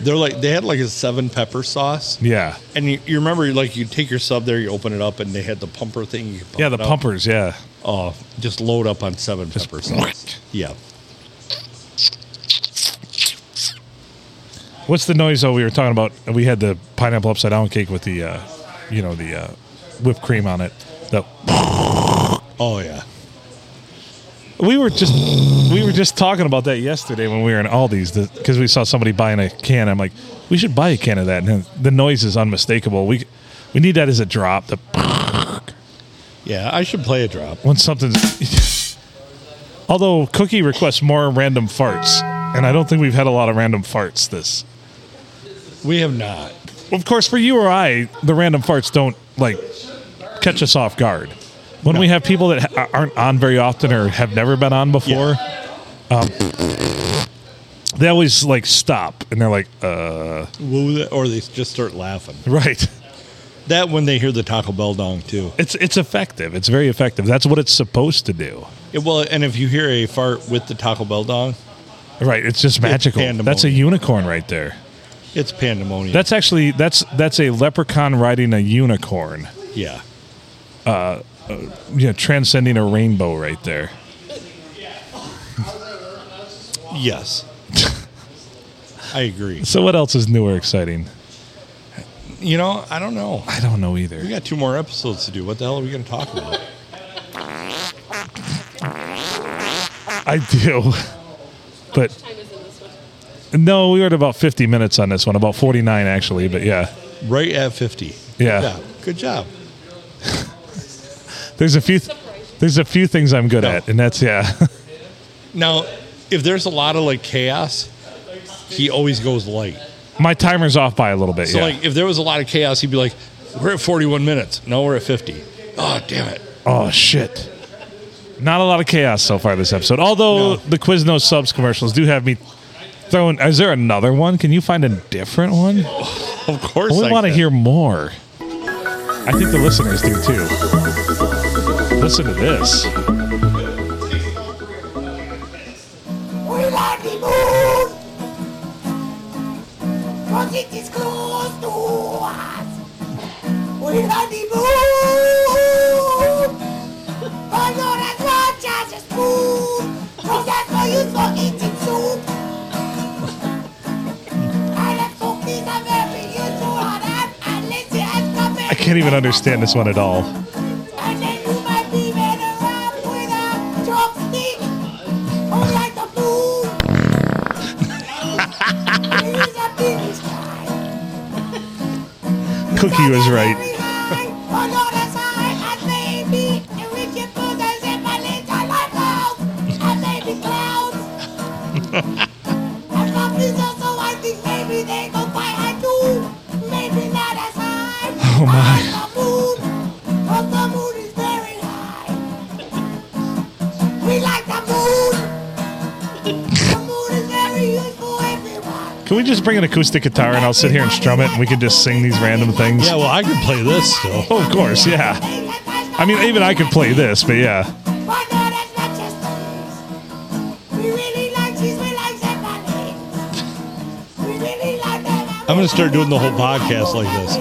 [SPEAKER 1] they're like they had like a seven pepper sauce.
[SPEAKER 2] Yeah.
[SPEAKER 1] And you, you remember, like, you take your sub there, you open it up, and they had the pumper thing. You could pump
[SPEAKER 2] Yeah, the
[SPEAKER 1] it up.
[SPEAKER 2] pumpers, yeah.
[SPEAKER 1] Oh, just load up on seven
[SPEAKER 2] Just
[SPEAKER 1] pepper sauce. Yeah.
[SPEAKER 2] What's the noise though we were talking about? We had the pineapple upside down cake with the uh, you know, the uh, whipped cream on it. The
[SPEAKER 1] Oh, yeah.
[SPEAKER 2] We were just we were just talking about that yesterday when we were in Aldi's because we saw somebody buying a can. I'm like, we should buy a can of that. And the noise is unmistakable. We we need that as a drop. The
[SPEAKER 1] Yeah, I should play a drop.
[SPEAKER 2] when something's although Cookie requests more random farts, and I don't think we've had a lot of random farts this.
[SPEAKER 1] We have not.
[SPEAKER 2] Of course, for you or I, the random farts don't like catch us off guard. When we have people that ha- aren't on very often or have never been on before, um, they always like stop and they're like, uh,
[SPEAKER 1] Woo, Or they just start laughing.
[SPEAKER 2] right.
[SPEAKER 1] that when they hear the Taco Bell dong too.
[SPEAKER 2] It's it's effective. It's very effective. That's what it's supposed to do.
[SPEAKER 1] It- well, and if you hear a fart with the Taco Bell dong,
[SPEAKER 2] Right. It's just magical.
[SPEAKER 1] pandemonium.
[SPEAKER 2] That's a unicorn right there.
[SPEAKER 1] it's pandemonium.
[SPEAKER 2] That's actually that's that's a leprechaun riding a unicorn.
[SPEAKER 1] yeah.
[SPEAKER 2] You know, transcending a rainbow right there.
[SPEAKER 1] Yes. I agree.
[SPEAKER 2] So what else is new or exciting?
[SPEAKER 1] You know, I don't know.
[SPEAKER 2] I don't know
[SPEAKER 1] We
[SPEAKER 2] either.
[SPEAKER 1] got two more episodes to do. What the hell are we going to talk about?
[SPEAKER 2] I do. But
[SPEAKER 3] Time is in this one.
[SPEAKER 2] no, we were at about 50 minutes on this one, about 49 actually, but yeah.
[SPEAKER 1] Right at 50.
[SPEAKER 2] Yeah.
[SPEAKER 1] Good job. Good job.
[SPEAKER 2] There's a few th- there's a few things I'm good
[SPEAKER 1] No.
[SPEAKER 2] at, and that's yeah.
[SPEAKER 1] Now, if there's a lot of like chaos, he always goes light.
[SPEAKER 2] My timer's off by a little bit.
[SPEAKER 1] So,
[SPEAKER 2] yeah.
[SPEAKER 1] like, if there was a lot of chaos, he'd be like, we're at 41 minutes. No, we're at 50. Oh, damn it.
[SPEAKER 2] Oh shit. Not a lot of chaos so far this episode. Although
[SPEAKER 1] No.
[SPEAKER 2] the Quiznos subs commercials do have me throwing. Is there another one? Can you find a different one?
[SPEAKER 1] Of course.
[SPEAKER 2] We
[SPEAKER 1] I
[SPEAKER 2] want to
[SPEAKER 1] can.
[SPEAKER 2] hear more. I think the listeners do too. Listen to this.
[SPEAKER 4] We like the moon! Cause it is close to us! We like the moon! But not as much as a spoon! Cause that's why you for eating soup! I like cookies and very useful and I'm and Lindsay and Cuphead.
[SPEAKER 2] I can't even understand this one at all.
[SPEAKER 4] And then you might be made around with a chopstick or like the fool. It is a big sky.
[SPEAKER 2] Cookie was right. Oh,
[SPEAKER 4] Very high, but not as high as maybe a rich builders in my little lighthouse and maybe clouds. And puppies also, I think maybe they go quite high too. Maybe not as high.
[SPEAKER 2] Oh, my.
[SPEAKER 4] as the moon, 'cause the moon is very high. We like the moon. the moon is very useful, everyone.
[SPEAKER 2] Can we just bring an acoustic guitar and I'll sit here and strum it and we can just sing these random things?
[SPEAKER 1] Yeah, well, I can play this still.
[SPEAKER 2] Oh, of course, yeah.
[SPEAKER 4] They can touch the
[SPEAKER 2] I mean, even I could play this, but yeah.
[SPEAKER 4] But not as much as cheese. We really like cheese. We like Zeppelin. We really like them.
[SPEAKER 1] I'm gonna start doing the whole podcast like this.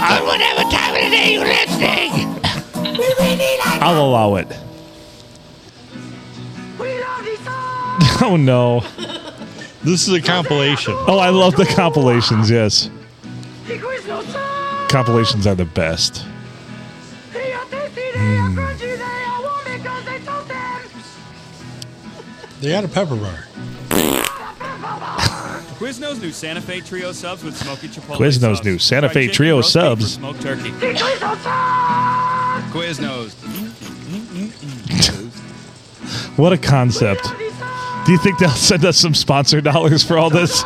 [SPEAKER 4] I whatever time of the day you're listening. We really like.
[SPEAKER 2] I'll allow it.
[SPEAKER 4] We love these
[SPEAKER 2] Oh, no.
[SPEAKER 1] This is a compilation.
[SPEAKER 2] Oh, I love the compilations, yes.
[SPEAKER 4] no
[SPEAKER 2] Compilations are the best.
[SPEAKER 4] They are tasty. They are crunchy. They are warm because they told them.
[SPEAKER 1] They had a pepper bar.
[SPEAKER 5] Quiznos new Santa Fe Trio subs with smoky chipotle.
[SPEAKER 2] Quiznos
[SPEAKER 5] sauce.
[SPEAKER 2] new Santa
[SPEAKER 5] Fried
[SPEAKER 2] Fe
[SPEAKER 5] chicken,
[SPEAKER 2] Trio
[SPEAKER 5] roast beef, or
[SPEAKER 2] subs.
[SPEAKER 5] Smoked turkey. Quiznos.
[SPEAKER 2] What a concept. Do you think they'll send us some sponsor dollars for all this?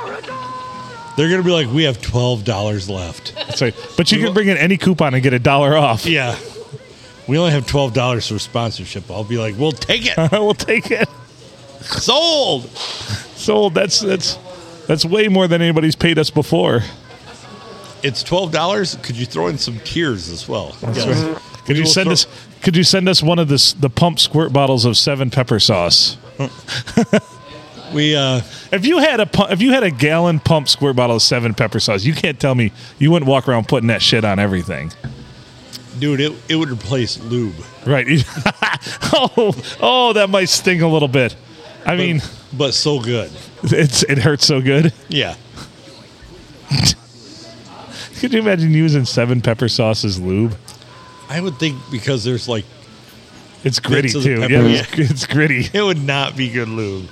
[SPEAKER 1] They're going to be like, we have $12 left.
[SPEAKER 2] That's right. But you can bring in any coupon and get a dollar off.
[SPEAKER 1] yeah. We only have $12 for sponsorship. I'll be like, we'll take it.
[SPEAKER 2] we'll take it.
[SPEAKER 1] Sold.
[SPEAKER 2] Sold. That's that's that's way more than anybody's paid us before.
[SPEAKER 1] It's $12. Could you throw in some tears as well? Yes.
[SPEAKER 2] Could you
[SPEAKER 1] will
[SPEAKER 2] send
[SPEAKER 1] throw-
[SPEAKER 2] us? Could you send us one of this the pump squirt bottles of seven pepper sauce?
[SPEAKER 1] We, uh,
[SPEAKER 2] If you had a pu- if you had a gallon pump squirt bottle of seven pepper sauce, you can't tell me you wouldn't walk around putting that shit on everything,
[SPEAKER 1] dude, it, it would replace lube.
[SPEAKER 2] right? oh, oh, that might sting a little bit. I mean,
[SPEAKER 1] But so good.
[SPEAKER 2] it's it hurts so good.
[SPEAKER 1] Yeah.
[SPEAKER 2] Could you imagine using seven pepper sauce as lube?
[SPEAKER 1] I would think because there's like,
[SPEAKER 2] It's gritty
[SPEAKER 1] of the
[SPEAKER 2] too.
[SPEAKER 1] pepper,
[SPEAKER 2] Yeah, it's,
[SPEAKER 1] yeah.
[SPEAKER 2] it's gritty.
[SPEAKER 1] it would not be good lube.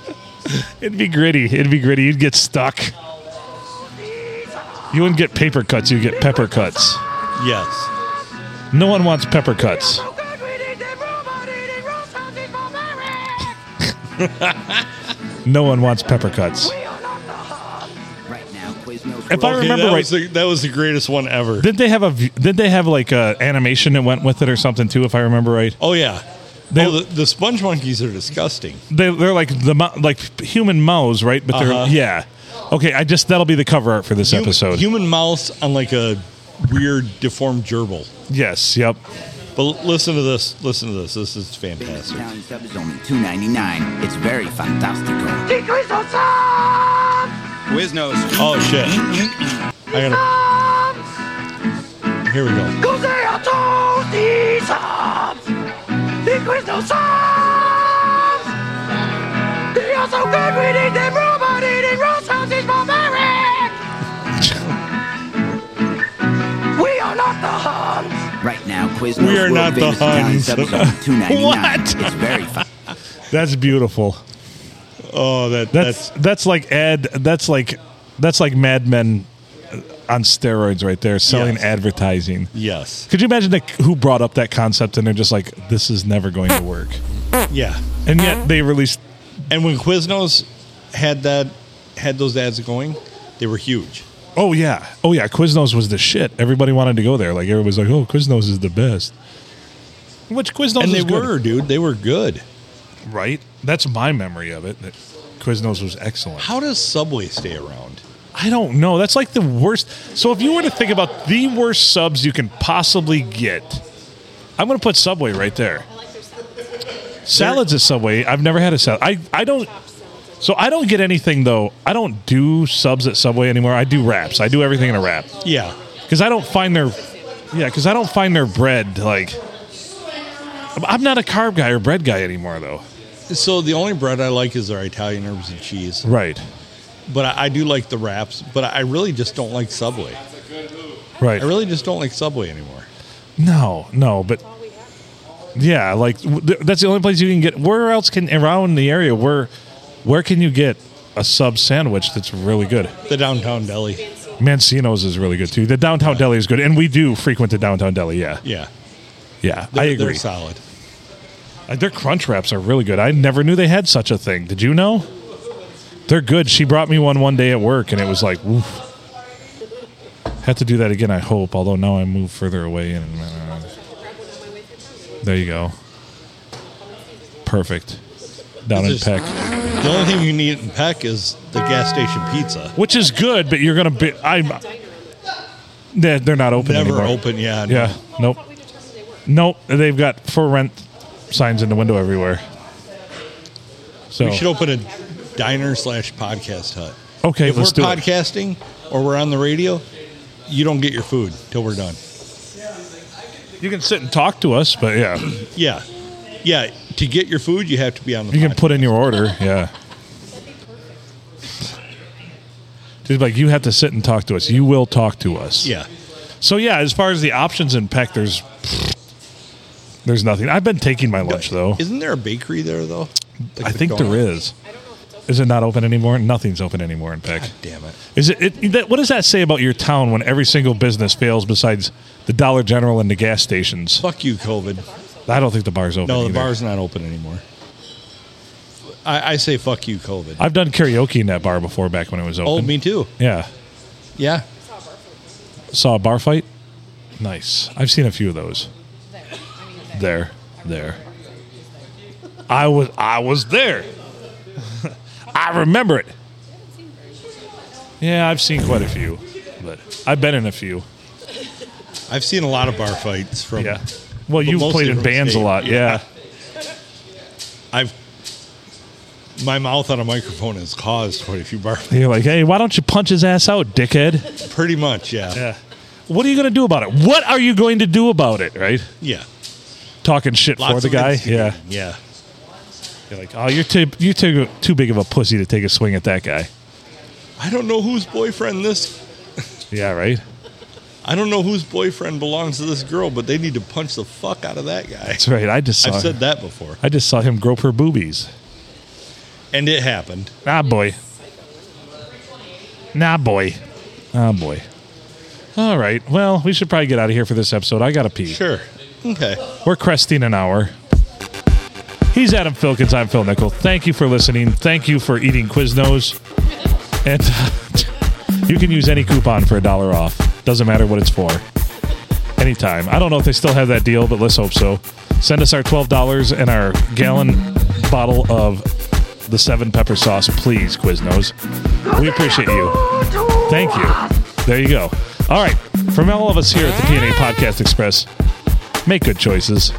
[SPEAKER 2] It'd be gritty. It'd be gritty. You'd get stuck. You wouldn't get paper cuts. You'd get pepper cuts.
[SPEAKER 1] Yes.
[SPEAKER 2] No one wants pepper cuts.
[SPEAKER 4] So good we need them robot eating roast houses for Mary.
[SPEAKER 2] No one wants pepper cuts.
[SPEAKER 4] We are not the hog.
[SPEAKER 6] Right now,
[SPEAKER 2] If I
[SPEAKER 6] Quiznos. rolls-
[SPEAKER 1] Okay,
[SPEAKER 2] remember
[SPEAKER 1] that
[SPEAKER 2] right-
[SPEAKER 1] was the, that was the greatest one ever.
[SPEAKER 2] Did they have a? Did they have like a animation that went with it or something too? If I remember right,
[SPEAKER 1] Oh yeah,
[SPEAKER 2] They-
[SPEAKER 1] oh, the, the sponge monkeys are disgusting.
[SPEAKER 2] they, they're like the mo- like human mouths, right? But they're
[SPEAKER 1] Uh-huh.
[SPEAKER 2] yeah. Okay, I just that'll be the cover art for this
[SPEAKER 1] Hum-
[SPEAKER 2] episode.
[SPEAKER 1] human mouths on like a weird deformed gerbil.
[SPEAKER 2] Yes. Yep.
[SPEAKER 1] But l- listen to this. Listen to this. This is fantastic.
[SPEAKER 6] Italian sub is only $2.99. It's very fantastico.
[SPEAKER 5] Quiznos.
[SPEAKER 1] Oh shit! I gotta. Here we go.
[SPEAKER 6] Right now, Quiznos
[SPEAKER 1] We are
[SPEAKER 6] world
[SPEAKER 1] not the
[SPEAKER 6] famous Italian
[SPEAKER 1] Huns.
[SPEAKER 6] sub is only $2.99.
[SPEAKER 2] What?
[SPEAKER 6] It's very fun.
[SPEAKER 2] That's beautiful.
[SPEAKER 1] Oh, that
[SPEAKER 2] That's
[SPEAKER 1] that's,
[SPEAKER 2] that's like ad. That's like that's like Mad Men on steroids right there, selling
[SPEAKER 1] Yes.
[SPEAKER 2] advertising.
[SPEAKER 1] yes,
[SPEAKER 2] Could you imagine that, who brought up that concept and they're just like, this is never going to work,
[SPEAKER 1] yeah.
[SPEAKER 2] and yet they released.
[SPEAKER 1] And when Quiznos had that had those ads going, they were huge.
[SPEAKER 2] Oh yeah, oh yeah, Quiznos was the shit. Everybody wanted to go there. Like everybody's like, oh, Quiznos is the best. Which Quiznos
[SPEAKER 1] and they
[SPEAKER 2] is good.
[SPEAKER 1] were, dude. They were good.
[SPEAKER 2] right. That's my memory of it. That Quiznos was excellent.
[SPEAKER 1] How does Subway stay around?
[SPEAKER 2] I don't know. That's like the worst. So if you were to think about the worst subs you can possibly get, I'm going to put Subway right there.
[SPEAKER 3] I like their stuff.
[SPEAKER 2] Salads at Subway. I've never had a salad. I, I don't. So I don't get anything though. I don't do subs at Subway anymore. I do wraps. I do everything in a wrap
[SPEAKER 1] Yeah,
[SPEAKER 2] because I don't find their yeah because I don't find their bread like. I'm not a carb guy or bread guy anymore though.
[SPEAKER 1] So the only bread I like is their Italian herbs and cheese,
[SPEAKER 2] Right.
[SPEAKER 1] but I, I do like the wraps. But I really just don't like Subway.
[SPEAKER 2] Right.
[SPEAKER 1] I really just don't like Subway anymore.
[SPEAKER 2] No, no, but yeah, like w- th- that's the only place you can get. Where else can around the area? Where where can you get a sub sandwich that's really good?
[SPEAKER 1] The downtown deli,
[SPEAKER 2] Mancino's is really good too. The downtown deli is good, and we do frequent the downtown deli. Yeah,
[SPEAKER 1] yeah,
[SPEAKER 2] yeah,
[SPEAKER 1] they're,
[SPEAKER 2] I agree.
[SPEAKER 1] They're solid.
[SPEAKER 2] Uh, Their crunch wraps are really good. I never knew they had such a thing. Did you know? They're good. She brought me one one day at work, and it was like, woof. Have to do that again, I hope. Although now I move further away, and uh, there you go. Perfect. Down in
[SPEAKER 1] It's just-
[SPEAKER 2] Peck,
[SPEAKER 1] The only thing you can eat in Peck is the gas station pizza.
[SPEAKER 2] which is good, but you're gonna be. I. They're, they're not open
[SPEAKER 1] Never
[SPEAKER 2] anymore.
[SPEAKER 1] open, yeah. no.
[SPEAKER 2] Yeah. Nope.
[SPEAKER 3] We determined they were.
[SPEAKER 2] Nope. They've got for rent signs in the window everywhere. So
[SPEAKER 1] We should open a diner slash podcast hut.
[SPEAKER 2] okay,
[SPEAKER 1] If we're
[SPEAKER 2] let's do it.
[SPEAKER 1] podcasting or we're on the radio, you don't get your food till we're done.
[SPEAKER 2] You can sit and talk to us, but yeah,
[SPEAKER 1] Yeah, yeah. To get your food, you have to be on the.
[SPEAKER 2] you can
[SPEAKER 1] pod-
[SPEAKER 2] put in your order. Yeah. Just like you have to sit and talk to us. You will talk to us.
[SPEAKER 1] Yeah,
[SPEAKER 2] So yeah, as far as the options in Peck, there's there's nothing. I've been taking my lunch though.
[SPEAKER 1] Isn't there a bakery there though? Like
[SPEAKER 2] I think there
[SPEAKER 1] McDonald's?
[SPEAKER 2] is. Is it not open anymore? Nothing's open anymore in Peck.
[SPEAKER 1] Damn it.
[SPEAKER 2] Is it? it that, what does that say about your town when every single business fails besides the Dollar General and the gas stations?
[SPEAKER 1] Fuck you, COVID.
[SPEAKER 2] I don't think the bar's open.
[SPEAKER 1] No, the
[SPEAKER 2] either.
[SPEAKER 1] bar's not open anymore. I, I say fuck you, COVID.
[SPEAKER 2] I've done karaoke in that bar before back when it was open.
[SPEAKER 1] oh, me too.
[SPEAKER 2] Yeah.
[SPEAKER 1] Yeah.
[SPEAKER 2] Saw a bar fight. Nice. I've seen a few of those. There, there. I was, I was there. I remember it. Yeah, I've seen quite a few, but I've been in a few.
[SPEAKER 1] I've seen a lot of bar fights from.
[SPEAKER 2] Yeah. Well,
[SPEAKER 1] But
[SPEAKER 2] you
[SPEAKER 1] mostly
[SPEAKER 2] played in
[SPEAKER 1] from
[SPEAKER 2] bands
[SPEAKER 1] state.
[SPEAKER 2] a lot. Yeah.
[SPEAKER 1] I've. My mouth on a microphone has caused quite a few bar
[SPEAKER 2] You're like, hey, why don't you punch his ass out, dickhead?
[SPEAKER 1] Pretty much, yeah.
[SPEAKER 2] Yeah. What are you going to do about it? What are you going to do about it? Right.
[SPEAKER 1] Yeah.
[SPEAKER 2] Talking shit for
[SPEAKER 1] Lots
[SPEAKER 2] the
[SPEAKER 1] of
[SPEAKER 2] guy. Yeah.
[SPEAKER 1] instigating, Yeah.
[SPEAKER 2] You're like, oh, you're too, you're too, too big of a pussy to take a swing at that guy.
[SPEAKER 1] I don't know whose boyfriend this.
[SPEAKER 2] Yeah, right.
[SPEAKER 1] I don't know whose boyfriend belongs to this girl, but they need to punch the fuck out of that guy.
[SPEAKER 2] That's right. I just saw.
[SPEAKER 1] I've said that before,
[SPEAKER 2] I just saw him grope her boobies.
[SPEAKER 1] and it happened.
[SPEAKER 2] Ah, boy. Nah, boy. Ah, boy. All right. Well, we should probably get out of here for this episode. I gotta pee.
[SPEAKER 1] Sure. Okay.
[SPEAKER 2] We're cresting an hour. He's Adam Filkins. I'm Phil Nickel. Thank you for listening. Thank you for eating Quiznos. And you can use any coupon for a dollar off. Doesn't matter what it's for. Anytime. I don't know if they still have that deal, but let's hope so. Send us our $12 and our gallon bottle of the seven pepper sauce, please, Quiznos. We appreciate you. Thank you. There you go. All right. From all of us here at the PNA Podcast Express, make good choices.